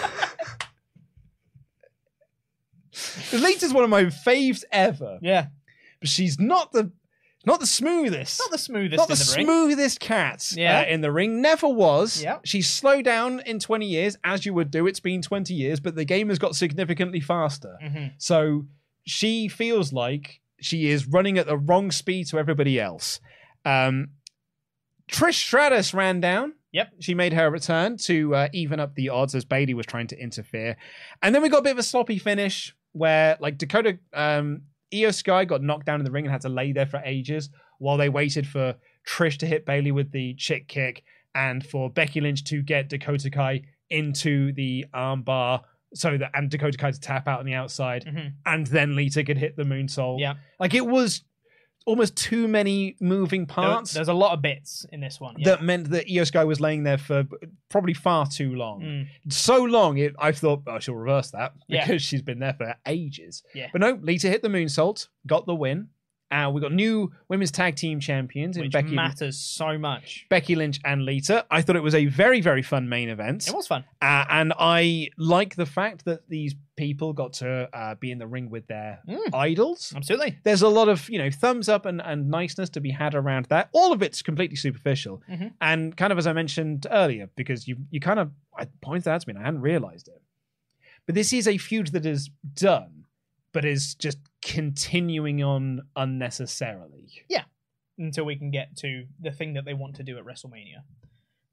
A: 'Cause Lita's one of my faves ever.
B: Yeah.
A: But she's not the not the smoothest.
B: Not the smoothest
A: Not the
B: in the ring.
A: smoothest cat uh,
B: Yeah.
A: in the ring. Never was.
B: Yep.
A: She's slow down in 20 years, as you would do. It's been 20 years, but the game has got significantly faster.
B: Mm-hmm.
A: So she feels like she is running at the wrong speed to everybody else. Um, Trish Stratus ran down.
B: Yep.
A: She made her return to uh, even up the odds as Bailey was trying to interfere. And then we got a bit of a sloppy finish where, like, Dakota, um, Io Sky got knocked down in the ring and had to lay there for ages while they waited for Trish to hit Bailey with the chick kick and for Becky Lynch to get Dakota Kai into the armbar so that and Dakota Kai to tap out on the outside and then Lita could hit the moonsault.
B: Mm-hmm. Yeah.
A: Like, it was almost too many moving
B: There-
A: parts
B: there's a lot of bits in this one. Yeah.
A: that meant that Io Sky was laying there for probably far too long.
B: Mm.
A: So long, it, I thought, oh, she'll reverse that
B: [LAUGHS] Yeah.
A: because she's been there for ages.
B: Yeah.
A: But no, Lita hit the moonsault, got the win. Uh, we got new women's tag team champions in
B: which
A: Becky,
B: matters so much.
A: Becky Lynch and Lita. I thought it was a very, very fun main event.
B: It was fun.
A: Uh, and I like the fact that these people got to uh, be in the ring with their
B: Mm.
A: idols
B: Absolutely.
A: there's a lot of you know thumbs up and, and niceness to be had around that all of it's completely superficial and kind of as i mentioned earlier because you you kind of i pointed that out to me and i hadn't realized it but this is a feud that is done but is just continuing on unnecessarily
B: until we can get to the thing that they want to do at WrestleMania.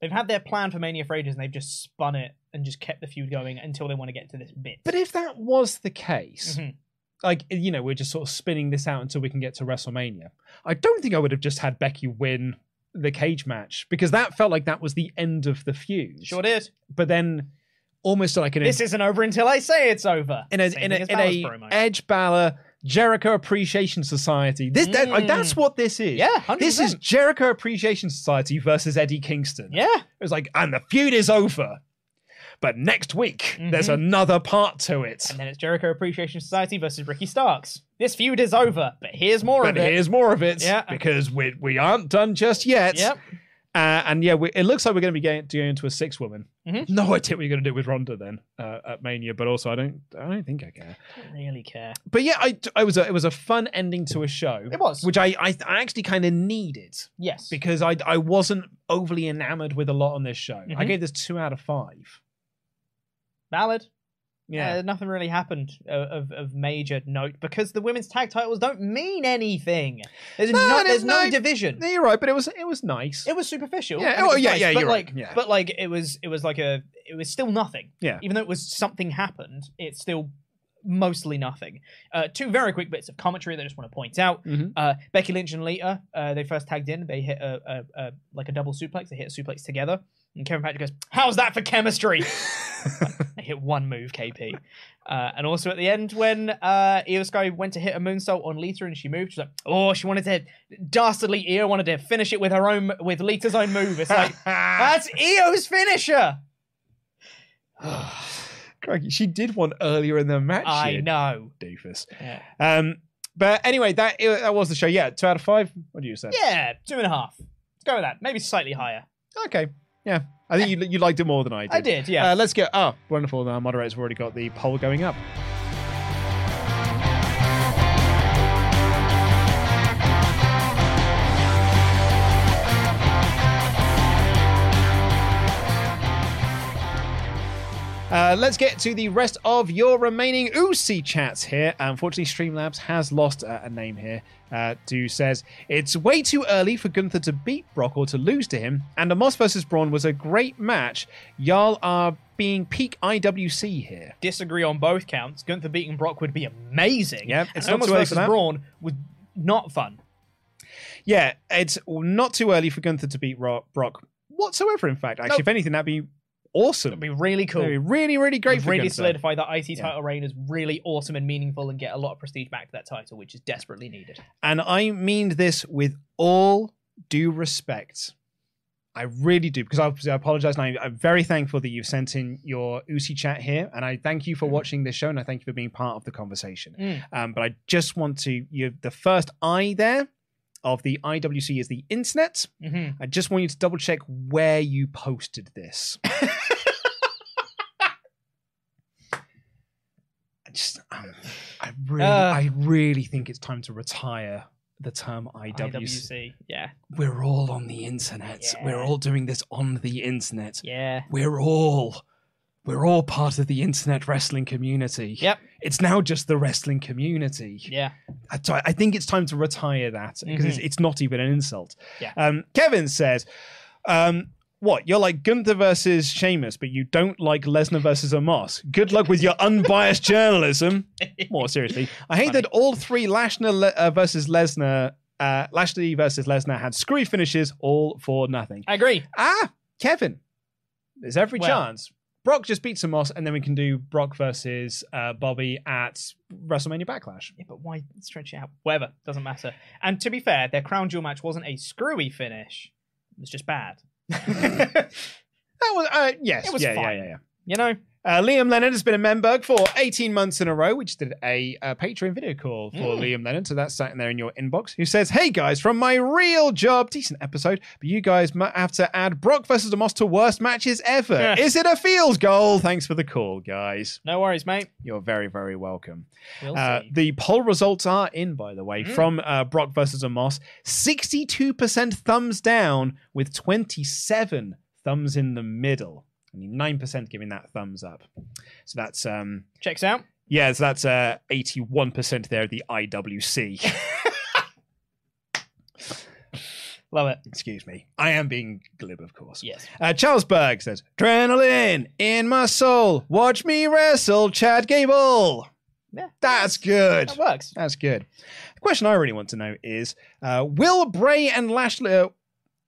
B: They've had their plan for Mania for ages, and they've just spun it and just kept the feud going until they want to get to this bit.
A: but if that was the case
B: Mhm.
A: like you know we're just sort of spinning this out until we can get to wrestlemania i don't think i would have just had becky win the cage match because that felt like that was the end of the feud
B: sure did.
A: but then almost like an
B: This isn't over until I say it's over.
A: in a,
B: Same
A: in a,
B: thing as
A: in
B: Balor's
A: a
B: promo.
A: Edge Balor Jericho Appreciation Society. This that- like, that's what this is.
B: Mm. Yeah, 100%.
A: this is Jericho Appreciation Society versus Eddie Kingston.
B: Yeah.
A: it was like, and the feud is over, but next week
B: Mm-hmm.
A: there's another part to it.
B: And then it's Jericho Appreciation Society versus Ricky Starks. This feud is over, but here's more
A: But
B: of it.
A: here's more of it
B: Yeah.
A: because we we aren't done just yet.
B: Yep.
A: Uh, and yeah, we, it looks like we're going to be going, going to a six woman.
B: Mm-hmm.
A: No idea what you're going to do with Ronda then uh, at Mania, but also I don't I don't think I care.
B: really care.
A: but yeah, I, I was a, it was a fun ending to a show.
B: It was.
A: which I I, I actually kind of needed
B: Yes.
A: because I I wasn't overly enamored with a lot on this show. I gave this two out of five.
B: Valid.
A: Yeah.
B: Uh, nothing really happened of, of, of major note because the women's tag titles don't mean anything. There's no,
A: and
B: there's
A: it's
B: no
A: ni-
B: division.
A: No, you're right, but it was it was nice.
B: It was superficial.
A: Yeah,
B: and it
A: oh,
B: was
A: yeah,
B: nice,
A: yeah,
B: But
A: you're
B: like,
A: right, yeah.
B: but like, it was, it was like a, it was still nothing.
A: Yeah.
B: Even though it was something happened, it's still mostly nothing. Uh, two very quick bits of commentary that I just want to point out.
A: Mm-hmm.
B: Uh, Becky Lynch and Lita, uh, they first tagged in. They hit a, a, a
A: [LAUGHS]
B: like a double suplex. [LAUGHS] They hit a suplex together, and Kevin Patrick goes, "How's that for chemistry?" I hit one move, KP. Uh, and also at the end, when uh, Io Sky went to hit a moonsault on Lita and she moved, she's like, "Oh, she wanted to dastardly Io wanted to finish it with her own with Lita's own move."
A: [LAUGHS]
B: It's like
A: Ah.
B: that's Io's finisher.
A: [SIGHS] Crikey, she did one earlier in the match.
B: I
A: you
B: know.
A: doofus.
B: Yeah.
A: Um, but anyway, that that was the show. Yeah, two out of five. What do you say?
B: Yeah, two and a half. Let's go with that. Maybe slightly higher.
A: Okay. Yeah. I think you, you liked it more than I did.
B: I did, yeah.
A: Uh, let's go. Oh, wonderful. Now, moderator's already got the poll going up. Uh, let's get to the rest of your remaining Oosie chats here. Unfortunately, Streamlabs has lost uh, a name here. Uh, Do says it's way too early for Gunther to beat Brock or to lose to him, and Amos versus Braun was a great match. Y'all are being peak IWC here.
B: Disagree on both counts. Gunther beating Brock would be amazing.
A: Yep,
B: and
A: it's not
B: Omos
A: too early for
B: versus
A: that.
B: Braun was not fun.
A: Yeah, it's not too early for Gunther to beat Ro- Brock whatsoever. In fact, actually,
B: Nope.
A: if anything, that'd be awesome.
B: It'd be really cool.
A: That'd be really, really great
B: We've
A: for
B: really
A: Gunther.
B: solidify that IC title reign is really awesome and meaningful and get a lot of prestige back to that title, which is desperately needed.
A: And I mean this with all due respect. I really do, because obviously I apologize. And I, I'm very thankful that you've sent in your Usi chat here. And I thank you for watching this show and I thank you for being part of the conversation. Um, but I just want to, you the first I there of the IWC is the internet.
B: Mm-hmm.
A: I just want you to double check where you posted
B: [LAUGHS]
A: this. I just, um, I really,
B: Uh.
A: I really think it's time to retire the term IWC.
B: IWC. Yeah.
A: We're all on the internet.
B: Yeah.
A: We're all doing this on the internet.
B: Yeah.
A: We're all, we're all part of the internet wrestling community.
B: Yep.
A: It's now just the wrestling community.
B: Yeah.
A: I, so I think it's time to retire that because it's, it's not even an insult.
B: Mm-hmm. Yeah.
A: Um, Kevin says, um, "What you're like Gunther versus Sheamus, but you don't like Lesnar versus Amos. Good luck with
B: [LAUGHS]
A: your unbiased journalism." More seriously, I hate that all three Lashner Le- uh, versus Lesnar, uh, Lashley versus Lesnar had screw finishes, all for nothing.
B: I agree.
A: ah, Kevin, there's every
B: Well.
A: chance. Brock just beats Amos, and then we can do Brock versus uh, Bobby at WrestleMania Backlash.
B: Yeah, but why stretch it out? Whatever. Doesn't matter. And to be fair, their crown jewel match wasn't a screwy finish. It was just
A: [LAUGHS]
B: bad.
A: That was uh, yes,
B: It was
A: yeah,
B: fine.
A: yeah, yeah,
B: You know?
A: yeah. Uh, Liam Lennon has been in Memberg for 18 months in a row. We just did a uh, Patreon video call for
B: Hmm.
A: Liam Lennon, so that's sat in there in your inbox. Who says, "Hey guys, from my real job, decent episode, but you guys might have to add Brock versus Amos to worst matches ever.
B: Yeah.
A: Is it a field goal? Thanks for the call, guys.
B: No worries, mate.
A: You're very, very welcome."
B: We'll
A: Uh,
B: see. Mm.
A: the poll results are in, by the way, from uh, Brock versus Amos. 62% thumbs down, with 27 thumbs in the middle. Only 9% giving that thumbs up. So that's, um,
B: Checks out.
A: yeah, so that's uh, 81% there, the
B: [LAUGHS]
A: IWC.
B: Love it.
A: Excuse me. I am being glib, of course.
B: Yes.
A: Uh, Charles Berg says, Adrenaline in my soul. Watch me wrestle, Chad Gable.
B: Yeah.
A: That's good.
B: That works.
A: That's good. The question I really want to know is: uh, Will Bray and Lashley? Uh,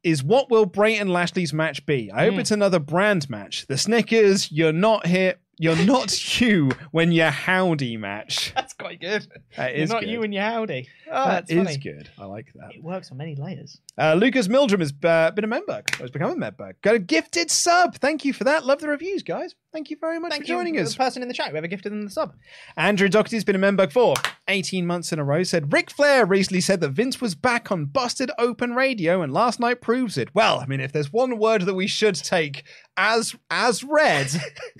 A: is what will Bray and Lashley's match be? I
B: Hmm.
A: hope it's another brand match. The Snickers, you're not here. You're
B: [LAUGHS]
A: not you when you're howdy match.
B: That's quite good.
A: That
B: You're
A: is
B: not
A: good.
B: you and your howdy. [LAUGHS] Oh,
A: That
B: that's
A: is
B: funny.
A: good. I like that.
B: It works on many layers.
A: Uh, Lucas Mildrum has uh, been a member. Has become a member. Got a gifted sub. Thank you for that. Love the reviews, guys. Thank you very much
B: Thank
A: for joining
B: you,
A: us.
B: The person in the chat, whoever gifted them the sub.
A: Andrew Doherty's been a member for 18 months in a row. Said Ric Flair recently said that Vince was back on busted open radio, and last night proves it. Well, I mean, if there's one word that we should take as as read,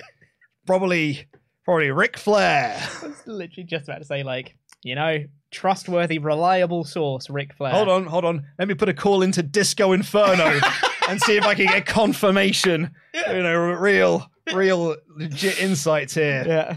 A: [LAUGHS] probably probably Ric Flair.
B: I was literally just about to say, like, you know, trustworthy, reliable source, Ric Flair.
A: Hold on, hold on. Let me put a call into Disco Inferno and see if I can get confirmation. You know, real, real, legit insights here.
B: Yeah.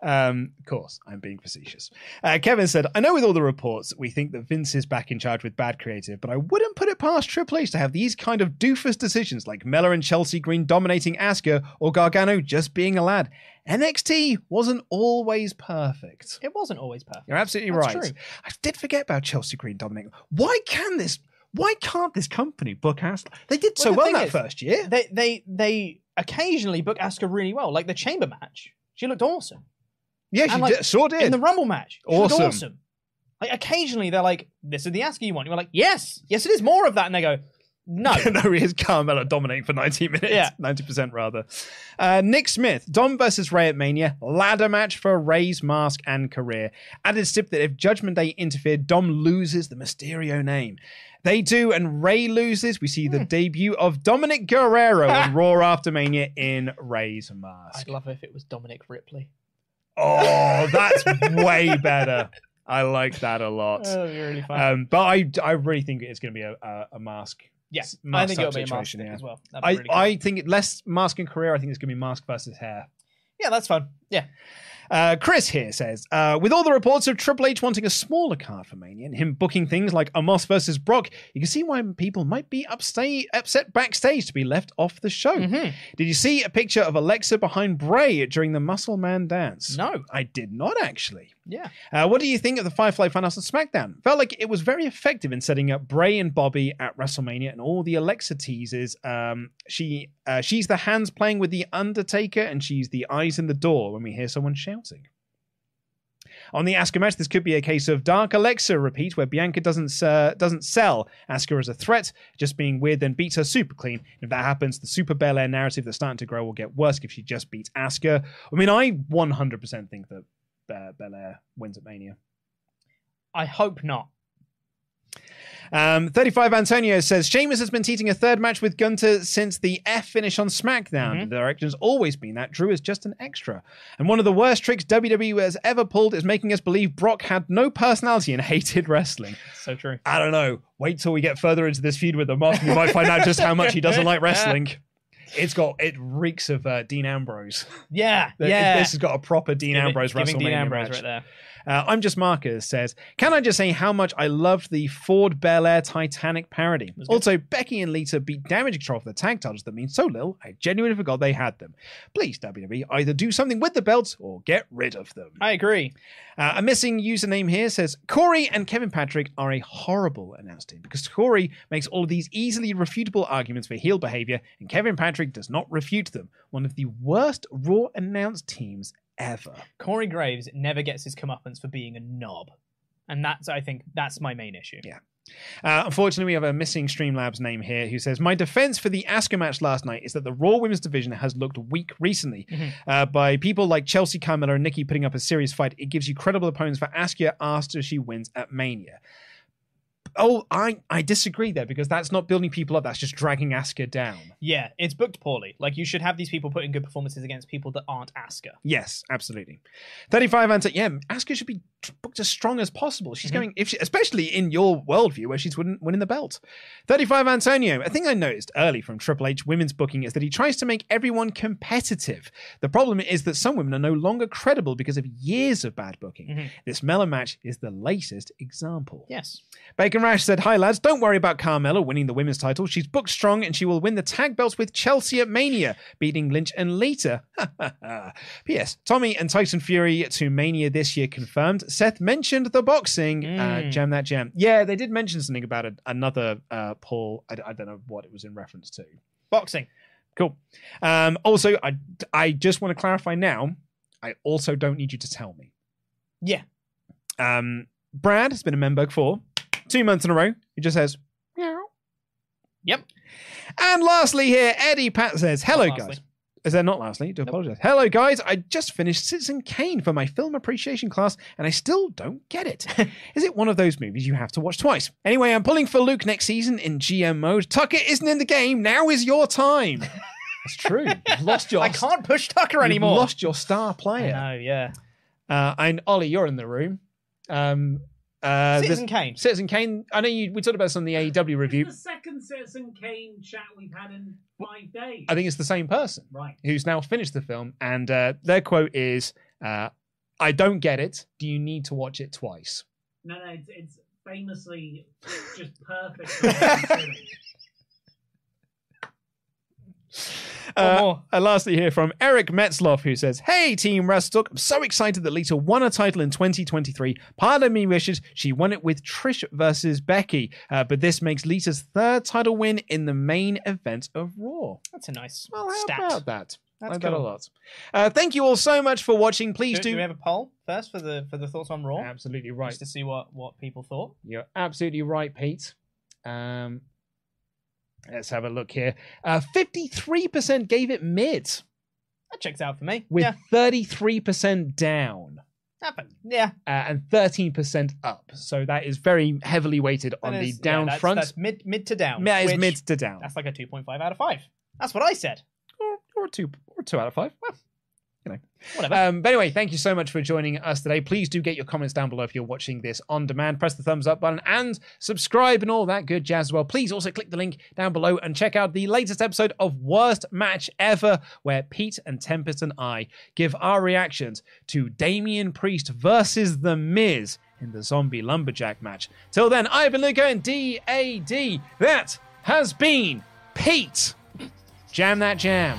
A: Um, of course, I'm being facetious. Uh, Kevin said, I know with all the reports, we think that Vince is back in charge with bad creative, but I wouldn't put it past Triple H to have these kind of doofus decisions like Mellor and Chelsea Green dominating Asuka or Gargano just being a lad. NXT wasn't always perfect.
B: It wasn't always perfect.
A: You're absolutely
B: That's
A: right.
B: true.
A: I did forget about Chelsea Green dominating. Why can this? Why can't this company book Asuka? They did so
B: the
A: well
B: thing
A: that
B: is,
A: first year.
B: They they they occasionally book Asuka really well, like the chamber match. She looked awesome.
C: Yeah,
B: And,
C: she
B: like,
C: did, sure did.
B: In the Rumble match. She looked
C: Awesome.
B: awesome. Like occasionally they're like, this is the Asuka you want. You're like, yes, yes, it is more of that. And they go, no.
A: [LAUGHS] no, he is Carmelo dominating for 90 minutes.
B: Yeah.
A: 90% rather. Uh, Nick Smith, Dom versus Ray at Mania, ladder match for Ray's mask and career. Added stip that if Judgment Day interfered, Dom loses the Mysterio name. They do, and Ray loses. We
B: Hmm.
A: see the debut of Dominic
B: [LAUGHS]
A: Guerrero and Raw After Mania in Ray's mask.
B: I'd love if it was Dominic Ripley.
A: Oh, that's way better. I like that a lot.
B: Oh, you're really fun.
A: Um, but I, I really think it's going to be a, a, a mask.
B: yes, I
A: mask
B: think
A: type
B: it'll be a mask
A: situation, yeah.
B: as well. That'd be
A: I,
B: really cool.
A: I think it- less mask and career. I think it's going to be mask versus hair.
B: yeah, that's fun. Yeah.
A: Uh, Chris here says, uh, with all the reports of Triple H wanting a smaller card for Mania and him booking things like Amos versus Brock, you can see why people might be upsta- upset backstage to be left off the show.
B: Mm-hmm.
A: Did you see a picture of Alexa behind Bray during the Muscle Man dance?
B: No.
A: I did not actually.
B: Yeah.
A: Uh, what do you think of the Firefly Funhouse on SmackDown? Felt like it was very effective in setting up Bray and Bobby at WrestleMania and all the Alexa teases. Um, she uh, she's the hands playing with the Undertaker, and she's the eyes in the door when we hear someone shouting. On the Asuka match, this could be a case of Dark Alexa repeat, where Bianca doesn't uh, doesn't sell Asuka as a threat, just being weird, then beats her super clean. If that happens, the Super Bel Air narrative that's starting to grow will get worse if she just beats Asuka. I mean, I 100% think that uh, Belair wins at Mania.
B: I hope not.
A: Um, 35 Antonio says Sheamus has been teasing a third match with Gunter since the F finish on SmackDown.
B: Mm-hmm.
A: The direction's always been that Drew is just an extra. And one of the worst tricks WWE has ever pulled is making us believe Brock had no personality and [LAUGHS] hated wrestling.
B: So true.
A: I don't know. Wait till we get further into this feud with the Moss, and we might find out just how much he doesn't like
B: [LAUGHS]
A: wrestling. It's got it reeks of uh, Dean Ambrose. [LAUGHS]
B: Yeah.
A: Th-
B: yeah.
A: this has got a proper Dean
B: Give it-
A: Ambrose
B: giving
A: WrestleMania
B: Dean Ambrose
A: match.
B: right there.
A: Uh, I'm just Marcus says, can I just say how much I loved the Ford Bel Air Titanic parody? Also, Becky and Lita beat Damage Control for the tag titles that mean so little. I genuinely forgot they had them. Please WWE either do something with the belts or get rid of them.
B: I agree.
A: Uh, a missing username here says Corey and Kevin Patrick are a horrible announced team because Corey makes all of these easily refutable arguments for heel behavior, and Kevin Patrick does not refute them. One of the worst Raw announced teams ever.
B: Corey Graves never gets his comeuppance for being a knob. And that's, I think, that's my main issue.
A: Yeah. Uh, unfortunately, we have a missing Streamlabs name here who says, My defense for the Asuka match last night is that the Raw Women's Division has looked weak recently. Uh, by people like Chelsea, Carmella, and Nikki putting up a serious fight, it gives you credible opponents for Asuka after she wins at Mania. Oh, I, I disagree there because that's not building people up, that's just dragging Asuka down.
B: Yeah, it's booked poorly. Like, you should have these people putting good performances against people that aren't Asuka.
A: Yes, absolutely. 35 answer. Yeah, Asuka should be t- booked as strong as possible. She's going, if she, especially in your worldview where she's winning, winning the belt. 35 Antonio. A thing I noticed early from Triple H women's booking is that he tries to make everyone competitive. The problem is that some women are no longer credible because of years of bad booking. This Mello match is the latest example.
B: Yes.
A: Bacon Rash said, Hi lads, don't worry about Carmella winning the women's title. She's booked strong and she will win the tag belts with Chelsea at Mania, beating Lynch and Lita. [LAUGHS] P.S. Tommy and Tyson Fury to Mania this year confirmed. Seth mentioned the boxing. Uh, jam that jam. Yeah, they did mention something about a, another uh, Paul. I, d- I don't know what it was in reference to.
B: Boxing.
A: Cool. Um, also, I, I just want to clarify now I also don't need you to tell me.
B: Yeah.
A: Um, Brad has been a member for two months in a row. He just says, meow.
B: Yep.
A: And lastly, here, Eddie Pat says, Hello,
B: Not lastly.
A: guys. Is that not lastly? Do apologize. Hello, guys. I just finished Citizen Kane for my film appreciation class, and I still don't get
B: [LAUGHS]
A: it. is it one of those movies you have to watch twice? Anyway, I'm pulling for Luke next season in GM mode. Tucker isn't in the game. Now is your
B: [LAUGHS]
A: time. That's true. You've lost your.
B: I can't push Tucker
A: you've
B: anymore.
A: lost your star player.
B: I know, yeah.
A: Uh, and Ollie, you're in the room. Um, uh,
B: Citizen
A: the-
B: Kane.
A: Citizen Kane. I know you. We talked about this on the AEW review.
D: The second Citizen Kane chat we've had in five days.
A: I think it's the same person,
D: Right.
A: Who's now finished the film, and uh, their quote is, uh, "I don't get it. Do you need to watch it twice?"
D: No, no, it's, it's famously just perfect. for what I'm doing.
A: Uh, And lastly, here from Eric Metzloff, who says, Hey, Team Rastook, I'm so excited that Lita won a title in 2023. Pardon me, wishes, she won it with Trish versus Becky, uh, but this makes Lita's third title win in the main event of Raw.
B: That's a nice
A: Well, how
B: stat.
A: about that?
B: That's
A: like that a
B: cool.
A: lot. Uh, thank you all so much for watching. Please
B: do, do
A: do.
B: we have a poll first for the for the thoughts on Raw?
A: Absolutely right.
B: Just to see what what people thought.
A: You're absolutely right, Pete. Um, let's have a look here. Uh, 53% gave it mid,
B: That checks out for me.
A: with
B: yeah,
A: 33% down.
B: happen. Yeah,
A: uh, and 13% up. So that is very heavily weighted on
B: That
A: the
B: is- yeah,
A: down
B: that's-
A: front.
B: That's mid mid to down.
A: That is
B: which-
A: mid to down.
B: That's like a two point five out of five. That's what I said.
A: Or, or two or two out of five. Well, you know.
B: Whatever.
A: Um, but anyway, thank you so much for joining us today. Please do get your comments down below if you're watching this on demand. Press the thumbs up button and subscribe and all that good jazz as well. Please also click the link down below and check out the latest episode of Worst Match Ever, where Pete and Tempest and I give our reactions to Damian Priest versus The Miz in the zombie lumberjack match. Till then, I've been Luca and DAD. That has been Pete. Jam that jam.